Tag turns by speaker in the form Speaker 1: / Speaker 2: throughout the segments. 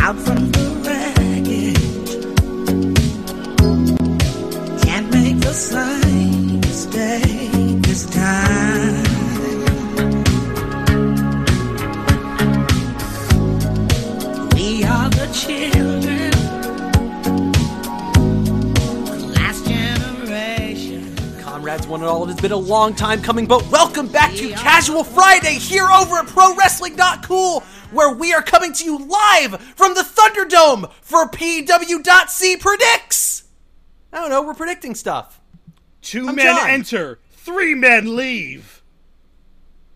Speaker 1: out from the wreckage. Can't make the same mistake this time. We are the children, the last generation.
Speaker 2: Conrad's won it all. It has been a long time coming, but welcome back to Casual Friday here over at ProWrestling.cool, where we are coming to you live from the Thunderdome for PW.C Predicts! I don't know, we're predicting stuff.
Speaker 3: 2
Speaker 2: I'm
Speaker 3: men
Speaker 2: John.
Speaker 3: enter, three men leave.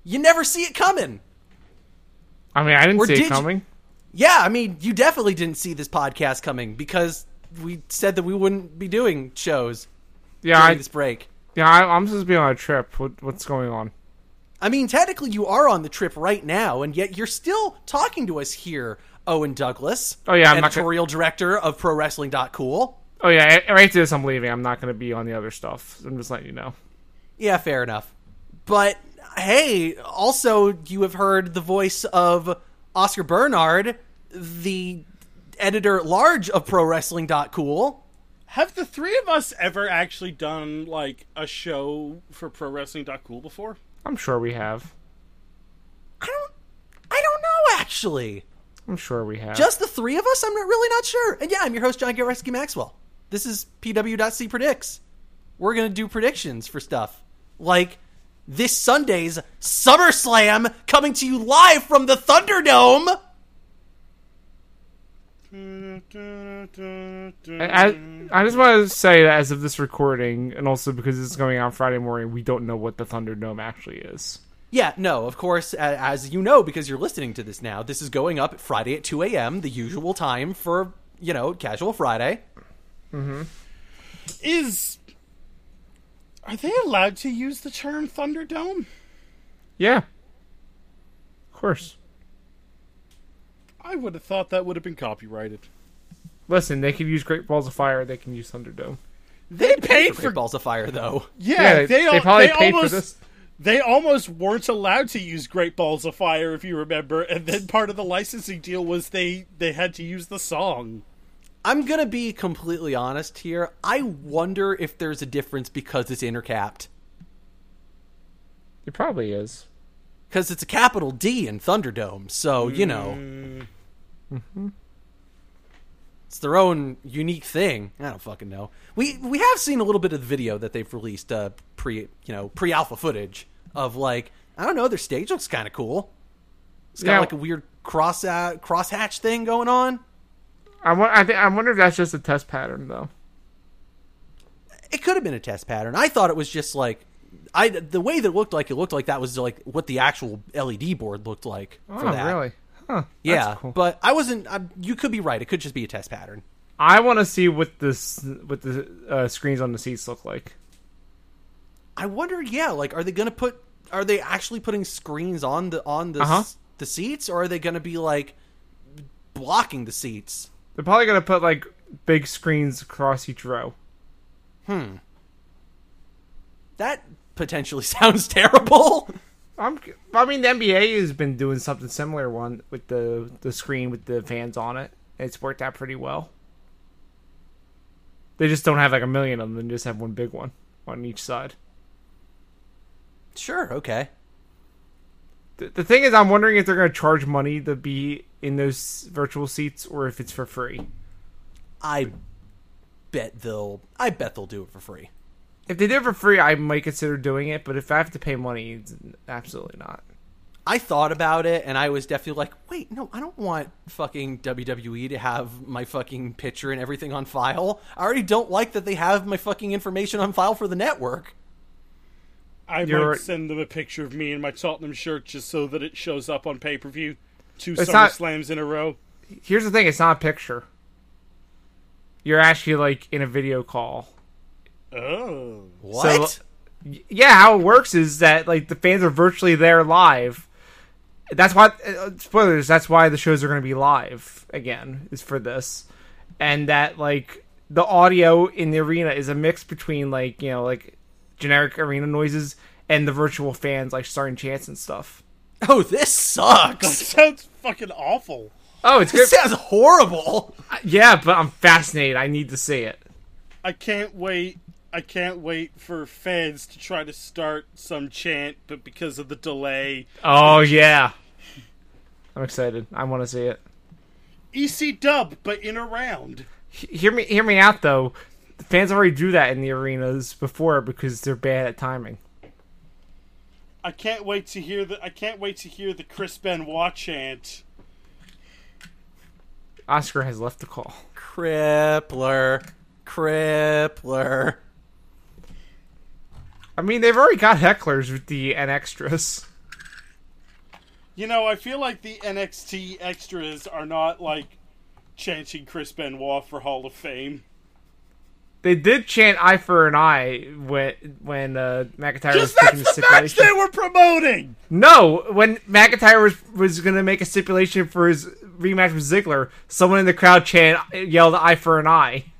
Speaker 2: You never see it coming.
Speaker 4: I mean, I didn't
Speaker 2: Or
Speaker 4: see
Speaker 2: did
Speaker 4: it
Speaker 2: you-
Speaker 4: coming.
Speaker 2: Yeah, I mean, you definitely didn't see this podcast coming because we said that we wouldn't be doing shows
Speaker 4: yeah,
Speaker 2: during
Speaker 4: I,
Speaker 2: this break.
Speaker 4: yeah, I, I'm supposed to be on a trip. What, what's going on?
Speaker 2: I mean, technically, you are on the trip right now, and yet you're still talking to us here, Owen Douglas.
Speaker 4: Oh, yeah, I'm not gonna-
Speaker 2: editorial director of ProWrestling.cool.
Speaker 4: Oh yeah, a- right to this, I'm leaving. I'm not going to be on the other stuff. I'm just letting you know.
Speaker 2: Yeah, fair enough. But hey, also you have heard the voice of Oscar Bernard, the editor at large of ProWrestling.cool.
Speaker 3: Have the three of us ever actually done like a show for Pro Wrestling.cool before?
Speaker 4: I'm sure we have.
Speaker 2: I don't, I don't know actually.
Speaker 4: I'm sure we have.
Speaker 2: Just the three of us? I'm not, really not sure. And yeah, I'm your host, John Gareski Maxwell. This is PW.C Predicts. We're going to do predictions for stuff like this Sunday's SummerSlam coming to you live from the Thunderdome.
Speaker 4: I, I I just want to say that as of this recording, and also because it's going on Friday morning, we don't know what the Thunderdome actually is.
Speaker 2: Yeah, no, of course, a- as you know, because you're listening to this now, this is going up Friday at 2 a.m., the usual time for, you know, casual Friday.
Speaker 3: Is are they allowed to use the term Thunderdome?
Speaker 4: Yeah, of course.
Speaker 3: I would have thought that would have been copyrighted.
Speaker 4: Listen, they can use Great Balls of Fire. They can use Thunderdome.
Speaker 3: They paid
Speaker 2: Great
Speaker 3: for
Speaker 2: Balls of Fire, though.
Speaker 3: yeah,
Speaker 4: Yeah,
Speaker 3: they,
Speaker 4: they- they
Speaker 3: al-
Speaker 4: probably
Speaker 3: they
Speaker 4: paid for
Speaker 3: almost,
Speaker 4: this.
Speaker 3: They almost weren't allowed to use Great Balls of Fire, if you remember, and then part of the licensing deal was they they had to use the song.
Speaker 2: I'm going to be completely honest here. I wonder if there's a difference because it's intercapped.
Speaker 4: It probably is.
Speaker 2: Because it's a capital D in Thunderdome, so, you know.
Speaker 4: Mm-hmm.
Speaker 2: It's their own unique thing. I don't fucking know. We we have seen a little bit of the video that they've released, uh, pre you know pre alpha footage of like I don't know their stage looks kind of cool. It's got
Speaker 4: Yeah.
Speaker 2: like a weird cross uh, cross hatch thing going on.
Speaker 4: I want. I think. I wonder if that's just a test pattern, though.
Speaker 2: It could have been a test pattern. I thought it was just like I the way that it looked like it looked like that was like what the actual LED board looked like. for
Speaker 4: oh,
Speaker 2: that.
Speaker 4: really? Huh.
Speaker 2: Yeah,
Speaker 4: That's cool.
Speaker 2: but I wasn't. I, you could be right. It could just be a test pattern.
Speaker 4: I want to see what this what the uh, screens on the seats look like.
Speaker 2: I wonder. Yeah, like, are they gonna put? Are they actually putting screens on the on the s-
Speaker 4: Uh-huh.
Speaker 2: the seats, or are they gonna be like blocking the seats?
Speaker 4: They're probably gonna put like big screens across each row.
Speaker 2: That potentially sounds terrible.
Speaker 4: I'm. I mean, the NBA has been doing something similar one with the the screen with the fans on it. It's worked out pretty well. They just don't have like a million of them. They just have one big one on each side.
Speaker 2: sure. Okay.
Speaker 4: The, the thing is, I'm wondering if they're gonna charge money to be in those virtual seats or if it's for free.
Speaker 2: I bet they'll. I bet they'll do it for free.
Speaker 4: If they do it for free, I might consider doing it. But if I have to pay money, it's absolutely not.
Speaker 2: I thought about it, and I was definitely like, wait, no, I don't want fucking WWE to have my fucking picture and everything on file. I already don't like that they have my fucking information on file for the network.
Speaker 3: I
Speaker 4: You're-
Speaker 3: might send them a picture of me in my Tottenham shirt just so that it shows up on pay per view. Two
Speaker 4: It's
Speaker 3: Summer
Speaker 4: not-
Speaker 3: Slams in a row.
Speaker 4: here's the thing it's not a picture you're actually like in a video call
Speaker 3: Oh.
Speaker 2: What?
Speaker 4: yeah how it works is that like the fans are virtually there live that's why uh, spoilers that's why the shows are going to be live again is for this and that like the audio in the arena is a mix between like you know like generic arena noises and the virtual fans like starting chants and stuff
Speaker 2: oh, this sucks.
Speaker 3: Sounds fucking awful.
Speaker 4: Oh, it's good.
Speaker 2: This sounds horrible.
Speaker 4: Yeah, but I'm fascinated. I need to see it.
Speaker 3: I can't wait. I can't wait for fans to try to start some chant, but because of the delay,
Speaker 4: Oh yeah, I'm excited. I want to see it.
Speaker 3: EC E dub, but in a round.
Speaker 4: H- hear me, hear me out though. The fans already do that in the arenas before because they're bad at timing.
Speaker 3: I can't wait to hear the. I can't wait to hear the Chris Benoit chant.
Speaker 4: Oscar has left the call.
Speaker 2: Crippler. Crippler.
Speaker 4: I mean, they've already got hecklers with the and extras.
Speaker 3: You know, I feel like the NXT extras are not like chanting Chris Benoit for Hall of Fame.
Speaker 4: They did chant "eye for an eye" when when uh, McIntyre
Speaker 3: Because
Speaker 4: was picking
Speaker 3: that's
Speaker 4: the
Speaker 3: the match
Speaker 4: stipulation.
Speaker 3: they were promoting.
Speaker 4: No, when McIntyre was was gonna make a stipulation for his rematch with Ziggler, someone in the crowd chant yelled "eye for an eye."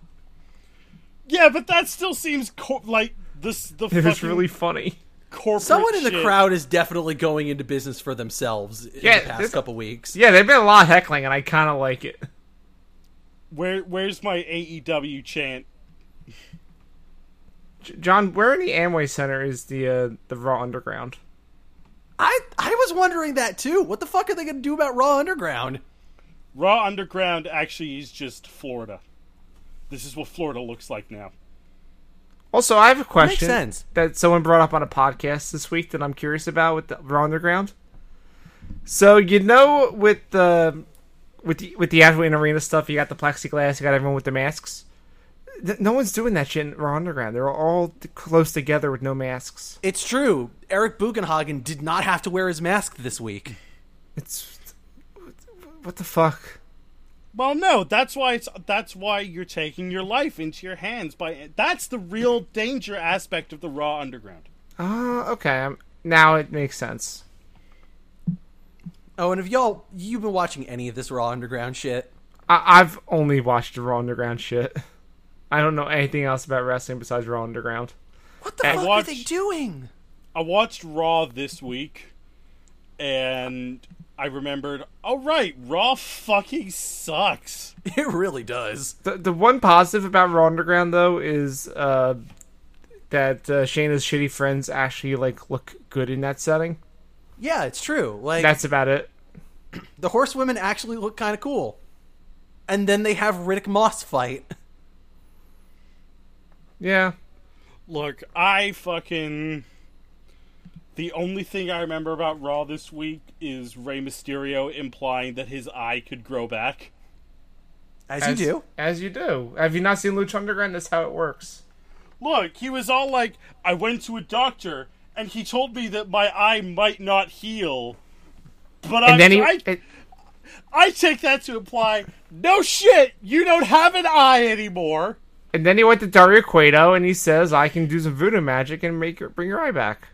Speaker 3: Yeah, but that still seems cor- like this. The
Speaker 4: It was
Speaker 3: fucking
Speaker 4: really funny.
Speaker 3: corporate.
Speaker 2: Someone in the
Speaker 3: shit.
Speaker 2: crowd is definitely going into business for themselves in
Speaker 4: Yeah,
Speaker 2: the past
Speaker 4: this-
Speaker 2: couple weeks.
Speaker 4: Yeah, there've been a lot of heckling, and I kind of like it.
Speaker 3: Where where's my AEW chant?
Speaker 4: J- John, where in the Amway Center is the uh, the Raw Underground?
Speaker 2: I I was wondering that too. What the fuck are they going to do about Raw Underground?
Speaker 3: Raw Underground actually is just Florida. This is what Florida looks like now.
Speaker 4: Also, I have a question
Speaker 2: sense.
Speaker 4: that someone brought up on a podcast this week that I'm curious about with the Raw Underground. So you know, with the with the with the actual in arena stuff, you got the plexiglass, you got everyone with the masks. Th- No one's doing that shit in Raw Underground. They're all t- close together with no masks.
Speaker 2: It's true. Eric Bugenhagen did not have to wear his mask this week.
Speaker 4: It's what the fuck.
Speaker 3: Well, no, that's why it's that's why you're taking your life into your hands by that's the real danger aspect of the Raw Underground.
Speaker 4: Uh, okay, I'm, now it makes sense.
Speaker 2: Oh, and if y'all you've been watching any of this Raw Underground shit,
Speaker 4: I- I've only watched Raw Underground shit. I don't know anything else about wrestling besides Raw Underground.
Speaker 2: what the
Speaker 4: I
Speaker 2: fuck
Speaker 3: watched-
Speaker 2: are they doing?
Speaker 3: I watched Raw this week and I remembered, "Oh right, Raw fucking sucks."
Speaker 2: It really does.
Speaker 4: The, the one positive about Raw Underground though is uh, that uh, Shayna's shitty friends actually like look good in that setting.
Speaker 2: Yeah, it's true. Like
Speaker 4: That's about it.
Speaker 2: the horsewomen actually look kind of cool. And then they have Riddick Moss fight.
Speaker 4: Yeah,
Speaker 3: Look, I fucking the only thing I remember about Raw this week is Rey Mysterio implying that his eye could grow back.
Speaker 2: As, you do.
Speaker 4: as you do. Have you not seen Lucha Underground? That's how it works.
Speaker 3: Look, he was all like, I went to a doctor and he told me that my eye might not heal. But I,
Speaker 4: And then he,
Speaker 3: I,
Speaker 4: it-
Speaker 3: I take that to imply, no shit, you don't have an eye anymore.
Speaker 4: and then he went to Dario Cueto and he says, "I can do some voodoo magic and make your, bring your eye back."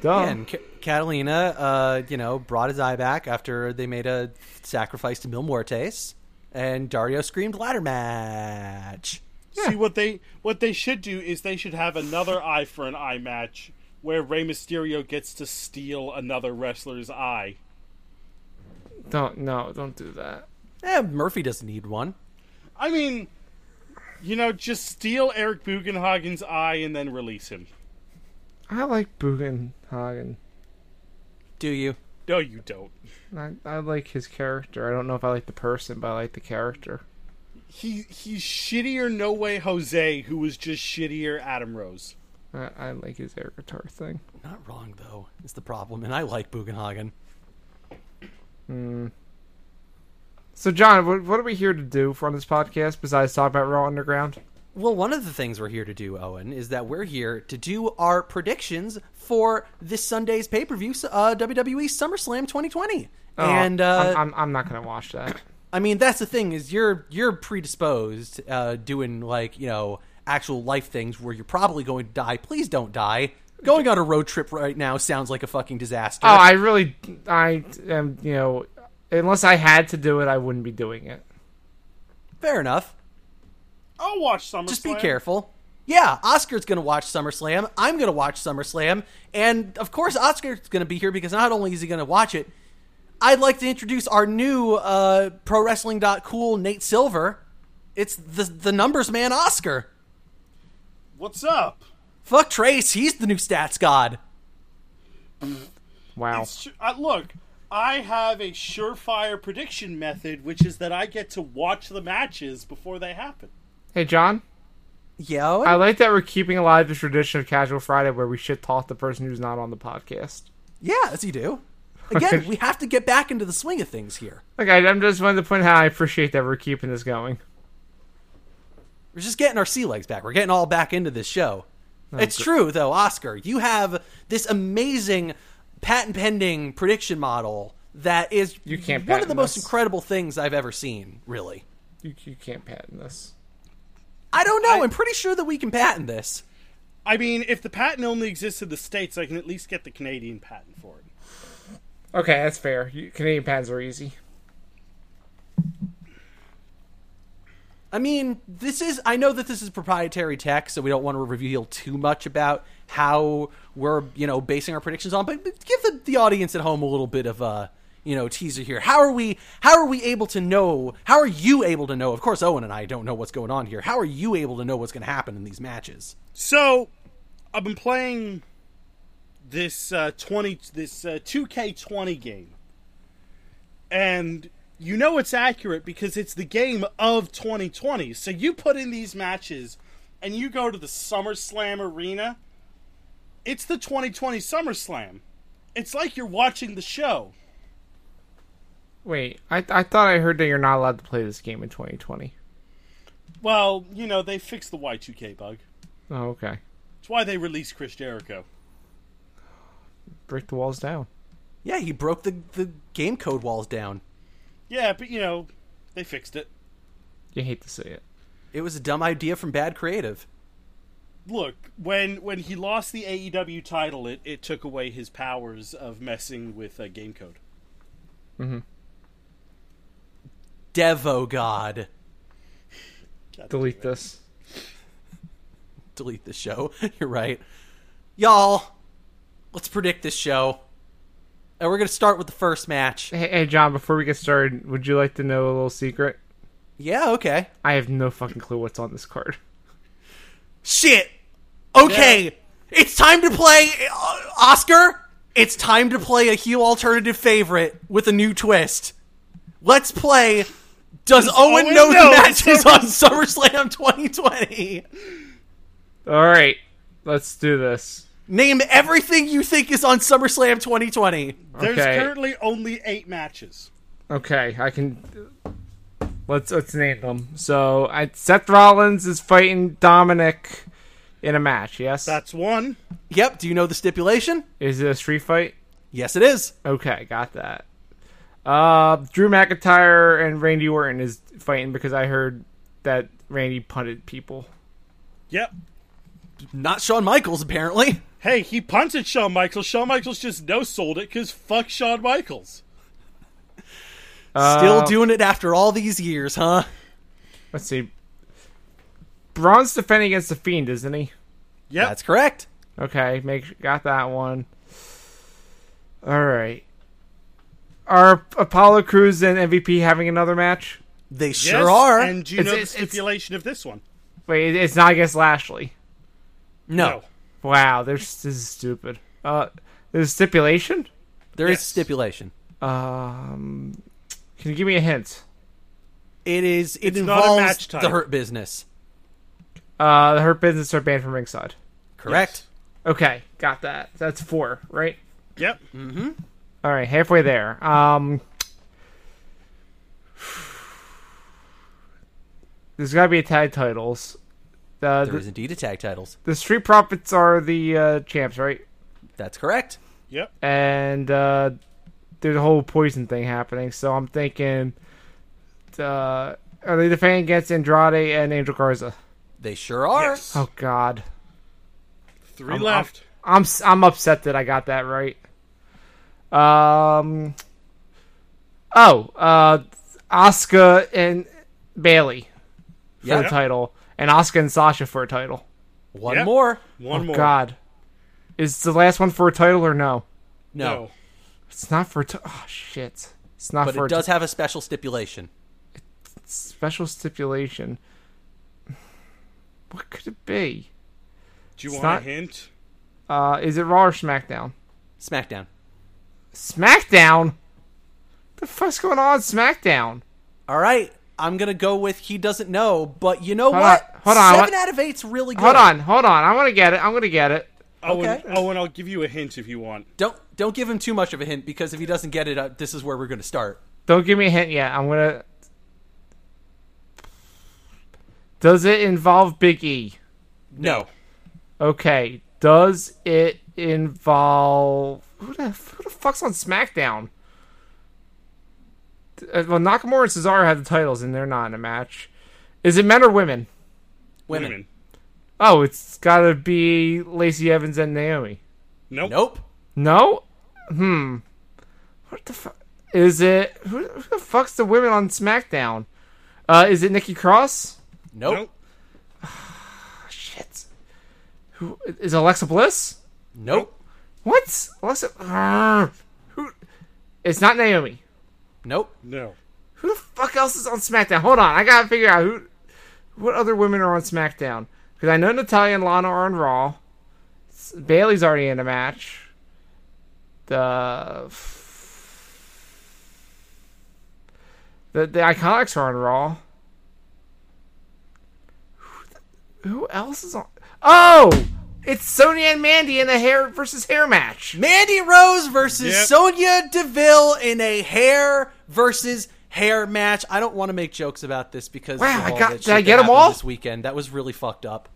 Speaker 4: Dumb.
Speaker 2: And Ca- Catalina, uh, you know, brought his eye back after they made a sacrifice to Mil Muertes, and Dario screamed ladder match.
Speaker 3: See what they what they should do is they should have another eye for an eye match where Rey Mysterio gets to steal another wrestler's eye.
Speaker 4: Don't no, don't do that.
Speaker 2: Eh, Murphy doesn't need one.
Speaker 3: I mean, you know, just steal Eric Bugenhagen's eye and then release him.
Speaker 4: I like Bugenhagen.
Speaker 2: Do you?
Speaker 3: No, you don't.
Speaker 4: I, I like his character. I don't know if I like the person, but I like the character.
Speaker 3: he he's shittier no way jose who was just shittier adam rose
Speaker 4: I, I like his air guitar thing.
Speaker 2: Not wrong though. Is the problem, and I like Bugenhagen.
Speaker 4: So, John, what, what are we here to do for on this podcast besides talk about Raw Underground?
Speaker 2: Well, one of the things we're here to do, Owen, is that we're here to do our predictions for this Sunday's pay per view, uh, WWE SummerSlam 2020.
Speaker 4: Oh,
Speaker 2: and uh,
Speaker 4: I'm, I'm, I'm not gonna watch that.
Speaker 2: I mean, that's the thing is you're you're predisposed uh, doing like you know actual life things where you're probably going to die. Please don't die. Going on a road trip right now sounds like a fucking disaster.
Speaker 4: Oh, I really, I am. You know, unless I had to do it, I wouldn't be doing it.
Speaker 2: Fair enough.
Speaker 3: i'll watch summer
Speaker 2: Just be careful. Yeah, Oscar's going to watch SummerSlam. I'm going to watch SummerSlam, and of course, Oscar's going to be here because not only is he going to watch it, I'd like to introduce our new uh, pro wrestling cool Nate Silver. It's the the numbers man Oscar.
Speaker 3: What's up?
Speaker 2: Fuck Trace, he's the new stats god.
Speaker 4: Wow.
Speaker 3: It's su- uh, look, I have a surefire prediction method, which is that I get to watch the matches before they happen.
Speaker 4: Hey, John.
Speaker 2: Yo,
Speaker 4: I like that we're keeping alive the tradition of Casual Friday where we shit talk the person who's not on the podcast.
Speaker 2: yeah, as you do. Again, we have to get back into the swing of things here.
Speaker 4: Okay, I'm just wanted to point out I appreciate that we're keeping this going.
Speaker 2: We're just getting our sea legs back. We're getting all back into this show.
Speaker 4: Oh,
Speaker 2: it's true though, Oscar. You have this amazing patent pending prediction model that is
Speaker 4: You can't
Speaker 2: one of the
Speaker 4: patent
Speaker 2: most
Speaker 4: this.
Speaker 2: incredible things I've ever seen, really.
Speaker 4: You, you can't patent this.
Speaker 2: I don't know. I, am pretty sure that we can patent this.
Speaker 3: I mean, if the patent only exists in the states, I can at least get the Canadian patent for it.
Speaker 4: Okay, that's fair. You, Canadian patents are easy.
Speaker 2: I mean, this is I know that this is proprietary tech, so we don't want to reveal too much about how we're, you know, basing our predictions on, but but give the, the audience at home a little bit of a, you know, teaser here. How are we how are we able to know? How are you able to know? Of course, Owen and I don't know what's going on here. How are you able to know what's going to happen in these matches?
Speaker 3: So, I've been playing this uh, twenty, this two K twenty game, and you know it's accurate because it's the game of twenty twenty. So you put in these matches, and you go to the SummerSlam arena. It's the twenty twenty SummerSlam. It's like you're watching the show.
Speaker 4: Wait, I, I thought I heard that you're not allowed to play this game in 2020.
Speaker 3: Well, you know they fixed the Y two K bug.
Speaker 4: Oh, okay.
Speaker 3: It's why they released Chris Jericho.
Speaker 4: Break the walls down.
Speaker 2: Yeah, he broke the the game code walls down.
Speaker 3: Yeah, but you know they fixed it.
Speaker 4: You hate to see it.
Speaker 2: It was a dumb idea from bad creative.
Speaker 3: look when when he lost the AEW title, it, it took away his powers of messing with uh, game code.
Speaker 2: Devo god.
Speaker 4: Delete this.
Speaker 2: delete the show. You're right. Y'all, let's predict this show. And we're going to start with the first match.
Speaker 4: Hey, hey, John, before we get started, would you like to know a little secret?
Speaker 2: Yeah, okay.
Speaker 4: I have no fucking clue what's on this card.
Speaker 2: Shit. Okay. It's time to play uh, Oscar. It's time to play a heel alternative favorite with a new twist. Let's play Does, Owen,
Speaker 3: Owen
Speaker 2: know
Speaker 3: know
Speaker 2: the matches on SummerSlam 2020?
Speaker 4: All right, let's do this.
Speaker 2: Name everything you think is on SummerSlam 2020.
Speaker 3: There's
Speaker 4: Okay.
Speaker 3: currently only eight matches.
Speaker 4: Okay, I can. Let's let's name them. So I, Seth Rollins is fighting Dominic in a match. Yes,
Speaker 3: That's one.
Speaker 2: Yep, do you know the stipulation?
Speaker 4: is it a street fight?
Speaker 2: Yes, it is.
Speaker 4: Okay, got that. Uh, Drew McIntyre and Randy Orton is fighting because I heard that Randy punted people.
Speaker 3: Yep.
Speaker 2: Not Shawn Michaels, apparently.
Speaker 3: Hey, he punted Shawn Michaels. Shawn Michaels just no sold it because fuck Shawn Michaels.
Speaker 2: Still
Speaker 4: Uh,
Speaker 2: doing it after all these years, huh?
Speaker 4: Let's see. Braun's defending against the Fiend, isn't he?
Speaker 3: Yep.
Speaker 2: That's correct.
Speaker 4: Okay, make got that one. All right. Are Apollo Cruz and MVP having another match?
Speaker 2: They
Speaker 3: Yes,
Speaker 2: sure are.
Speaker 3: And do you
Speaker 4: It's-
Speaker 3: know
Speaker 4: it's-
Speaker 3: the stipulation of this one?
Speaker 4: Wait, it- it's not against Lashley.
Speaker 2: no,
Speaker 4: Wow, there's this is stupid. Uh, there's stipulation.
Speaker 2: there is
Speaker 3: Yes.
Speaker 2: stipulation.
Speaker 4: Um, can you give me a hint?
Speaker 2: It is. It
Speaker 3: not a
Speaker 2: involves
Speaker 3: match type.
Speaker 2: the Hurt Business.
Speaker 4: Uh, the Hurt Business are banned from ringside.
Speaker 2: Correct.
Speaker 4: Okay, got that. That's four, right?
Speaker 3: Yep.
Speaker 4: Mm. All right, halfway there. Um, there's got to be a tag titles. Uh,
Speaker 2: There
Speaker 4: the,
Speaker 2: is indeed a tag titles.
Speaker 4: the Street Profits are the uh, champs, right?
Speaker 2: That's correct.
Speaker 3: Yep.
Speaker 4: And uh, there's a whole poison thing happening. So I'm thinking, uh, are they defending against Andrade and Angel Garza?
Speaker 2: They sure are.
Speaker 3: Yes.
Speaker 4: Oh God,
Speaker 3: Three left.
Speaker 4: I'm s- I'm upset that I got that right. Um. Oh, uh, Oscar and Bailey for
Speaker 2: Yeah.
Speaker 4: the title, and Oscar and Sasha for a title.
Speaker 2: One
Speaker 3: Yep.
Speaker 2: more.
Speaker 3: One
Speaker 4: oh
Speaker 3: more.
Speaker 4: God, is the last one for a title or no?
Speaker 2: No.
Speaker 3: No.
Speaker 4: It's not for. T- oh shit! It's not
Speaker 2: But
Speaker 4: for
Speaker 2: it does have a special stipulation.
Speaker 4: special stipulation. What could it be?
Speaker 3: Do you
Speaker 4: It's
Speaker 3: want
Speaker 4: not-
Speaker 3: a hint?
Speaker 4: Uh, is it Raw or SmackDown?
Speaker 2: SmackDown.
Speaker 4: SmackDown. The fuck's going on on SmackDown?
Speaker 2: All right, I'm gonna go with he doesn't know, but you know
Speaker 4: Hold
Speaker 2: what?
Speaker 4: on, hold on,
Speaker 2: Seven
Speaker 4: what-
Speaker 2: out of eight's really good.
Speaker 4: Hold on, hold on. I'm gonna get it. I'm gonna get it.
Speaker 3: Oh,
Speaker 2: Okay.
Speaker 3: and, oh, and I'll give you a hint if you want.
Speaker 2: Don't don't give him too much of a hint because if he doesn't get it, uh, this is where we're gonna start.
Speaker 4: Don't give me a hint yet. I'm gonna. Does it involve Big E?
Speaker 2: No.
Speaker 4: Okay. Does it involve who the who the fuck's on SmackDown? Uh, Well, Nakamura and Cesaro have the titles, and they're not in a match. Is it men or women?
Speaker 2: Women.
Speaker 3: Women.
Speaker 4: Oh, it's gotta be Lacey Evans and Naomi.
Speaker 3: Nope.
Speaker 2: Nope.
Speaker 4: No. Hmm. What the fuck is it? Who, who the fuck's the women on SmackDown? Uh, is it Nikki Cross? Oh,
Speaker 2: Nope.
Speaker 3: Nope.
Speaker 4: Shit. Who is Alexa Bliss?
Speaker 2: Nope.
Speaker 4: What? Alexa? Arrgh. Who? It's not Naomi.
Speaker 2: Nope.
Speaker 3: No.
Speaker 4: Who the fuck else is on SmackDown? Hold on, I gotta figure out who. What other women are on SmackDown? Because I know Natalia and Lana are on Raw. S- Bailey's already in a match. The. The, the Iconics are on Raw. Who, the- who else is on? Oh, it's Sonya and Mandy in a hair versus hair match.
Speaker 2: Mandy Rose versus
Speaker 3: Yep.
Speaker 2: Sonya Deville in a hair versus hair match. I don't want to make jokes about this because
Speaker 4: Wow,
Speaker 2: of
Speaker 4: I
Speaker 2: all
Speaker 4: got-
Speaker 2: that
Speaker 4: did
Speaker 2: shit
Speaker 4: I
Speaker 2: that
Speaker 4: get 'em
Speaker 2: happened
Speaker 4: all?
Speaker 2: this weekend? That was really fucked up.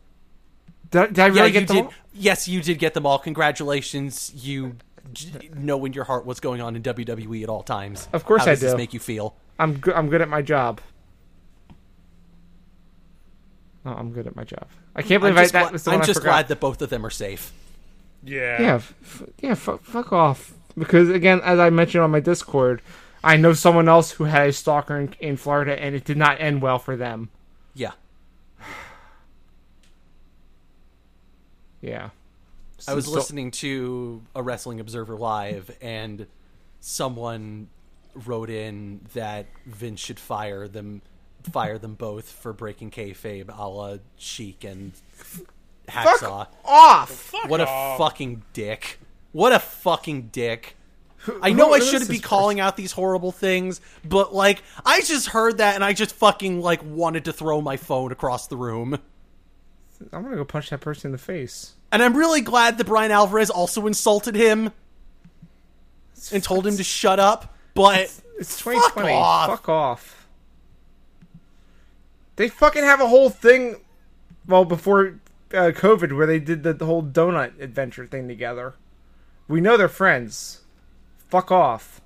Speaker 4: Did, did I really
Speaker 2: Yeah,
Speaker 4: get
Speaker 2: you
Speaker 4: them
Speaker 2: did.
Speaker 4: all?
Speaker 2: Yes, you did get them all. Congratulations. You j- know in your heart what's going on in WWE at all times.
Speaker 4: Of course
Speaker 2: How
Speaker 4: I
Speaker 2: does This
Speaker 4: do.
Speaker 2: make you feel.
Speaker 4: I'm good. I'm good at my job. Oh, I'm good at my job. I can't
Speaker 2: I'm
Speaker 4: believe I,
Speaker 2: just,
Speaker 4: that
Speaker 2: gla-
Speaker 4: was the
Speaker 2: I'm
Speaker 4: one I
Speaker 2: just
Speaker 4: forgot.
Speaker 2: glad that both of them are safe.
Speaker 3: Yeah.
Speaker 4: yeah, f- yeah. Fuck, fuck off. Because again, as I mentioned on my Discord, I know someone else who had a stalker in, in Florida, and it did not end well for them.
Speaker 2: Yeah.
Speaker 4: Yeah.
Speaker 2: I was
Speaker 4: So-
Speaker 2: listening to a Wrestling Observer Live, and someone wrote in that Vince should fire them, fire them both for breaking kayfabe, a la Sheik and Hacksaw.
Speaker 4: Off.
Speaker 2: What a
Speaker 3: off.
Speaker 2: fucking dick! What a fucking dick! I know I
Speaker 4: who is
Speaker 2: shouldn't be
Speaker 4: this
Speaker 2: calling out these horrible things, but like I just heard that and I just fucking like wanted to throw my phone across the room.
Speaker 4: I'm gonna go punch that person in the face.
Speaker 2: And I'm really glad that Brian Alvarez also insulted him and told him to shut up. But
Speaker 4: It's
Speaker 2: Fuck
Speaker 4: 2020.
Speaker 2: off.
Speaker 4: Fuck off. They fucking have a whole thing. Well, before uh, COVID, where they did the, the whole donut adventure thing together. We know they're friends. Fuck off.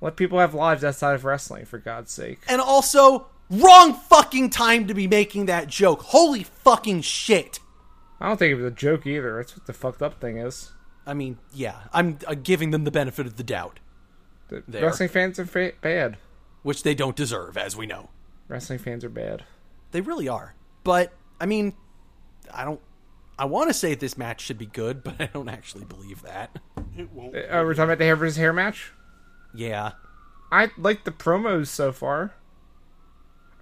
Speaker 4: Let people have lives outside of wrestling, for God's sake.
Speaker 2: and also wrong fucking time to be making that joke. Holy fucking shit.
Speaker 4: I don't think it was a joke either. That's what the fucked up thing is.
Speaker 2: I mean, yeah, I'm uh, giving them the benefit of the doubt,
Speaker 4: The
Speaker 2: There.
Speaker 4: wrestling fans are fa- bad.
Speaker 2: which they don't deserve as we know.
Speaker 4: Wrestling fans are bad.
Speaker 2: They really are. But I mean, I don't I want to say this match should be good, but I don't actually believe that.
Speaker 3: It won't.
Speaker 4: Uh, we're talking about the hair versus hair match.
Speaker 2: Yeah.
Speaker 4: I like the promos so far.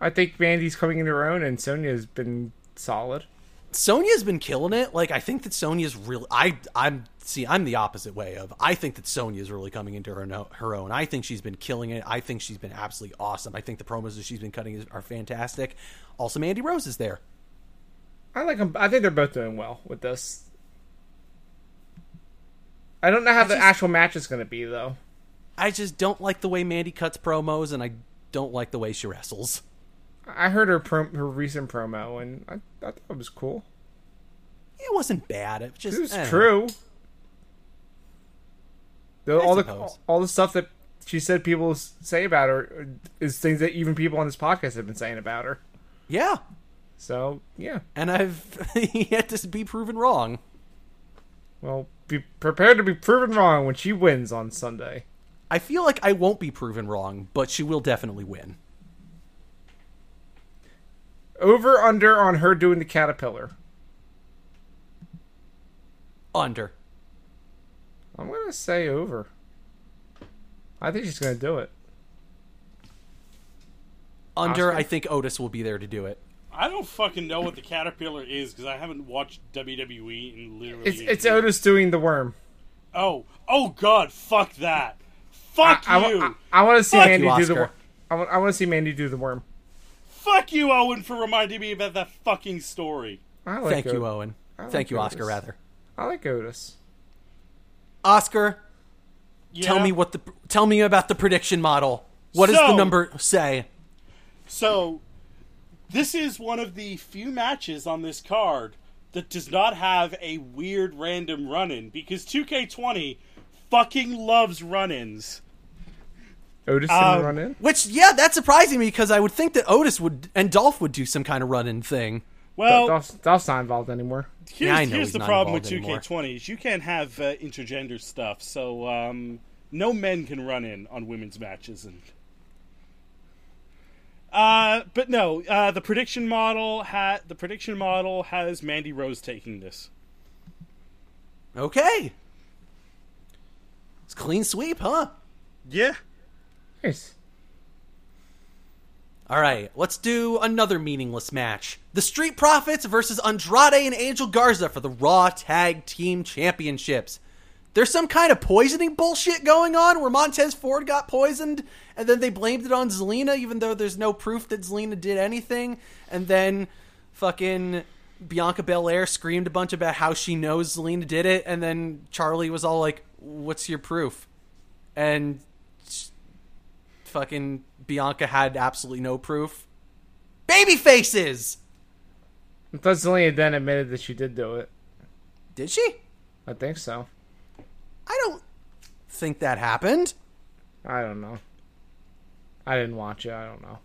Speaker 4: I think Mandy's coming into her own, and Sonya's been solid.
Speaker 2: Sonya's been killing it. Like I think that Sonya's really. I I'm see. I'm the opposite way of. I think that Sonya's really coming into her no, her own. I think she's been killing it. I think she's been absolutely awesome. I think the promos that she's been cutting is, are fantastic. Also, Mandy Rose is there.
Speaker 4: I like them. I think they're both doing well with this. I don't know how the actual match is going to be though.
Speaker 2: I just don't like the way Mandy cuts promos, and I don't like the way she wrestles.
Speaker 4: I heard her prom- her recent promo, and I, I thought it was cool.
Speaker 2: It wasn't bad. It just
Speaker 4: It was
Speaker 2: eh.
Speaker 4: true. The- all the
Speaker 2: suppose.
Speaker 4: all the stuff that she said people s- say about her is things that even people on this podcast have been saying about her.
Speaker 2: Yeah,
Speaker 4: So yeah.
Speaker 2: and I've yet to be proven wrong.
Speaker 4: Well, be prepared to be proven wrong when she wins on Sunday.
Speaker 2: I feel like I won't be proven wrong, but she will definitely win.
Speaker 4: Over under on her doing the caterpillar.
Speaker 2: Under.
Speaker 4: I'm gonna say over. I think she's gonna do it.
Speaker 2: Under,
Speaker 4: Oscar?
Speaker 2: I think Otis will be there to do it.
Speaker 3: I don't fucking know what the caterpillar is because I haven't watched WWE in literally.
Speaker 4: It's
Speaker 3: a
Speaker 4: it's
Speaker 3: year.
Speaker 4: Otis doing the worm.
Speaker 3: Oh, oh god, fuck that. Fuck
Speaker 4: I,
Speaker 3: you.
Speaker 4: want to see
Speaker 3: Fuck
Speaker 4: Mandy
Speaker 2: you,
Speaker 4: do the
Speaker 2: Oscar.
Speaker 4: worm. I want I want to see Mandy do the worm.
Speaker 3: fuck you, Owen, for reminding me about that fucking story.
Speaker 4: I like
Speaker 2: Thank you,
Speaker 4: Otis.
Speaker 2: Owen.
Speaker 3: Oh
Speaker 4: like
Speaker 2: Thank you, Oscar.
Speaker 4: Otis.
Speaker 2: Rather,
Speaker 4: I like Otis.
Speaker 2: Oscar,
Speaker 3: Yeah?
Speaker 2: tell me what the tell me about the prediction model. What does the
Speaker 3: So-
Speaker 2: number say?
Speaker 3: So, this is one of the few matches on this card that does not have a weird random run in because 2K20 fucking loves run ins.
Speaker 4: Otis didn't
Speaker 3: Um,
Speaker 4: run in.
Speaker 2: Which, yeah, that's surprising me because I would think that Otis would and Dolph would do some kind of run-in thing.
Speaker 3: Well,
Speaker 4: Dolph's, Dolph's not involved anymore.
Speaker 3: here's,
Speaker 2: Yeah, I know
Speaker 3: here's
Speaker 2: he's
Speaker 3: the
Speaker 2: not
Speaker 3: problem with
Speaker 2: involved
Speaker 3: 2K20 is you can't have uh, intergender stuff, so um, no men can run in on women's matches. And uh, but no, uh, the prediction model ha- the prediction model has Mandy Rose taking this.
Speaker 2: Okay, it's clean sweep, huh?
Speaker 3: Yeah,
Speaker 4: Nice.
Speaker 2: All right, let's do another meaningless match. The Street Profits versus Andrade and Angel Garza for the Raw Tag Team Championships. There's some kind of poisoning bullshit going on where Montez Ford got poisoned and then they blamed it on Zelina even though there's no proof that Zelina did anything and then fucking Bianca Belair screamed a bunch about how she knows Zelina did it and then Charlie was all like, "What's your proof?" And fucking Bianca had absolutely no proof. Baby faces.
Speaker 4: I thought Zelina then admitted that she did do it.
Speaker 2: Did she?
Speaker 4: I think so.
Speaker 2: I don't think that happened.
Speaker 4: I don't know. I didn't watch it. I don't know.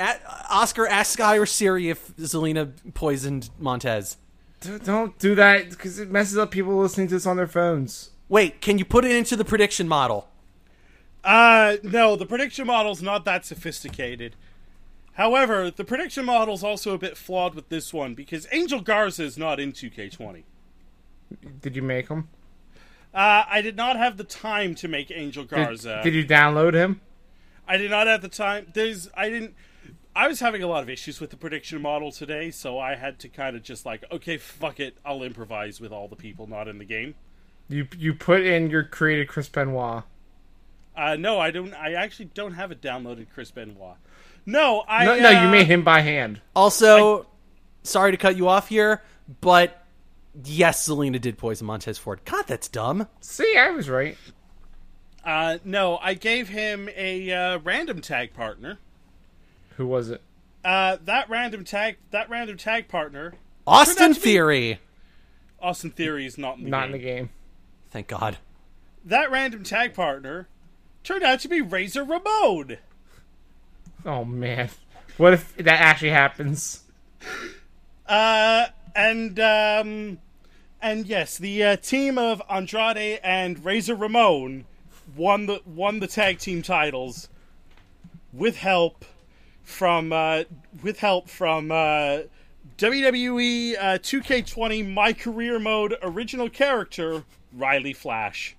Speaker 2: At, Oscar asked Sky or Siri if Zelina poisoned Montez.
Speaker 4: D- Don't do that because it messes up people listening to this on their phones.
Speaker 2: Wait, can you put it into the prediction model?
Speaker 3: Uh, no, the prediction model's not that sophisticated. However, the prediction model's also a bit flawed with this one because Angel Garza is not in 2K20.
Speaker 4: Did you make him?
Speaker 3: Uh, I did not have the time to make Angel
Speaker 4: Did,
Speaker 3: Garza.
Speaker 4: did you download him?
Speaker 3: I did not have the time. There's, I didn't. I was having a lot of issues with the prediction model today, so I had to kind of just like, okay, fuck it, I'll improvise with all the people not in the game.
Speaker 4: You you put in your created Chris Benoit.
Speaker 3: Uh, no, I don't. I actually don't have it downloaded, Chris Benoit. No, I.
Speaker 4: No, no, you
Speaker 3: uh,
Speaker 4: made him by hand.
Speaker 2: Also, sorry to cut you off here, but yes, Zelina did poison Montez Ford. God, that's dumb.
Speaker 4: See, I was right.
Speaker 3: Uh, no, I gave him a uh, random tag partner.
Speaker 4: Who was it?
Speaker 3: Uh, that random tag, that random tag partner,
Speaker 2: Austin
Speaker 3: to be-
Speaker 2: Theory.
Speaker 3: Austin Theory is not in the
Speaker 4: Not in
Speaker 3: game.
Speaker 4: the game.
Speaker 2: Thank God.
Speaker 3: That random tag partner turned out to be Razor Ramon.
Speaker 4: Oh man, what if that actually happens?
Speaker 3: Uh, and um, and yes, the uh, team of Andrade and Razor Ramon won the won the tag team titles with help from uh, with help from uh, WWE uh, 2K20 My Career Mode original character Riley Flash.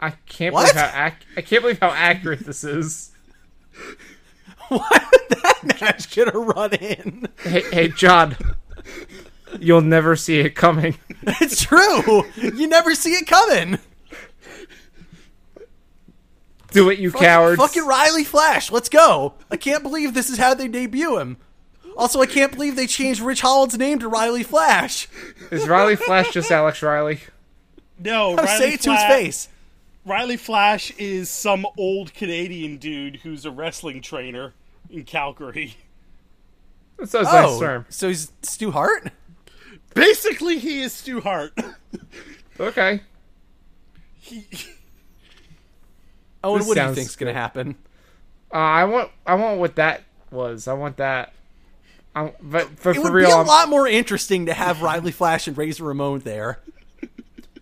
Speaker 4: I can't
Speaker 2: What?
Speaker 4: believe how ac- I can't believe how accurate this is.
Speaker 2: Why would that match get a run in?
Speaker 4: Hey, hey, John, you'll never see it coming.
Speaker 2: It's true. You never see it coming.
Speaker 4: Do it, you cowards!
Speaker 2: Fucking Riley Flash, let's go. I can't believe this is how they debut him. Also, I can't believe they changed Rich Holland's name to Riley Flash.
Speaker 4: Is Riley Flash just Alex Riley?
Speaker 3: No, Riley
Speaker 2: Say it to his
Speaker 3: Fla-
Speaker 2: face.
Speaker 3: Riley Flash is some old Canadian dude who's a wrestling trainer in Calgary.
Speaker 4: That sounds nice to
Speaker 2: Oh,
Speaker 4: him.
Speaker 2: so he's Stu Hart?
Speaker 3: Basically, he is Stu Hart.
Speaker 4: Okay.
Speaker 3: He-
Speaker 2: Owen,
Speaker 4: This
Speaker 2: what do you
Speaker 4: sounds
Speaker 2: think's going to happen?
Speaker 4: Uh, I want I want what that was. I want that. I, but for,
Speaker 2: It
Speaker 4: for
Speaker 2: would
Speaker 4: real,
Speaker 2: be a
Speaker 4: I'm-
Speaker 2: lot more interesting to have Riley Flash and Razor Ramon there.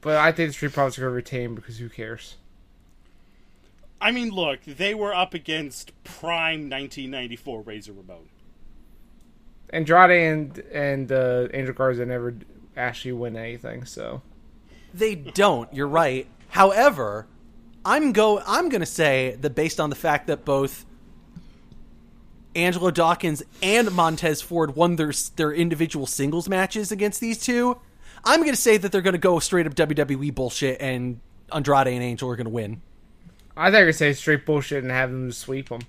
Speaker 4: but I think the Street Profits are going to retain because who cares?
Speaker 3: I mean, look, they were up against prime 1994 Razor Ramon.
Speaker 4: Andrade and and uh, Angel Garza never d- actually win anything, so
Speaker 2: They don't. You're right. However, I'm go. I'm going to say that based on the fact that both Angelo Dawkins and Montez Ford won their their individual singles matches against these two, I'm going to say that they're going to go straight up WWE bullshit, and Andrade and Angel are going to win.
Speaker 4: I thought you were gonna say straight bullshit and have them sweep them.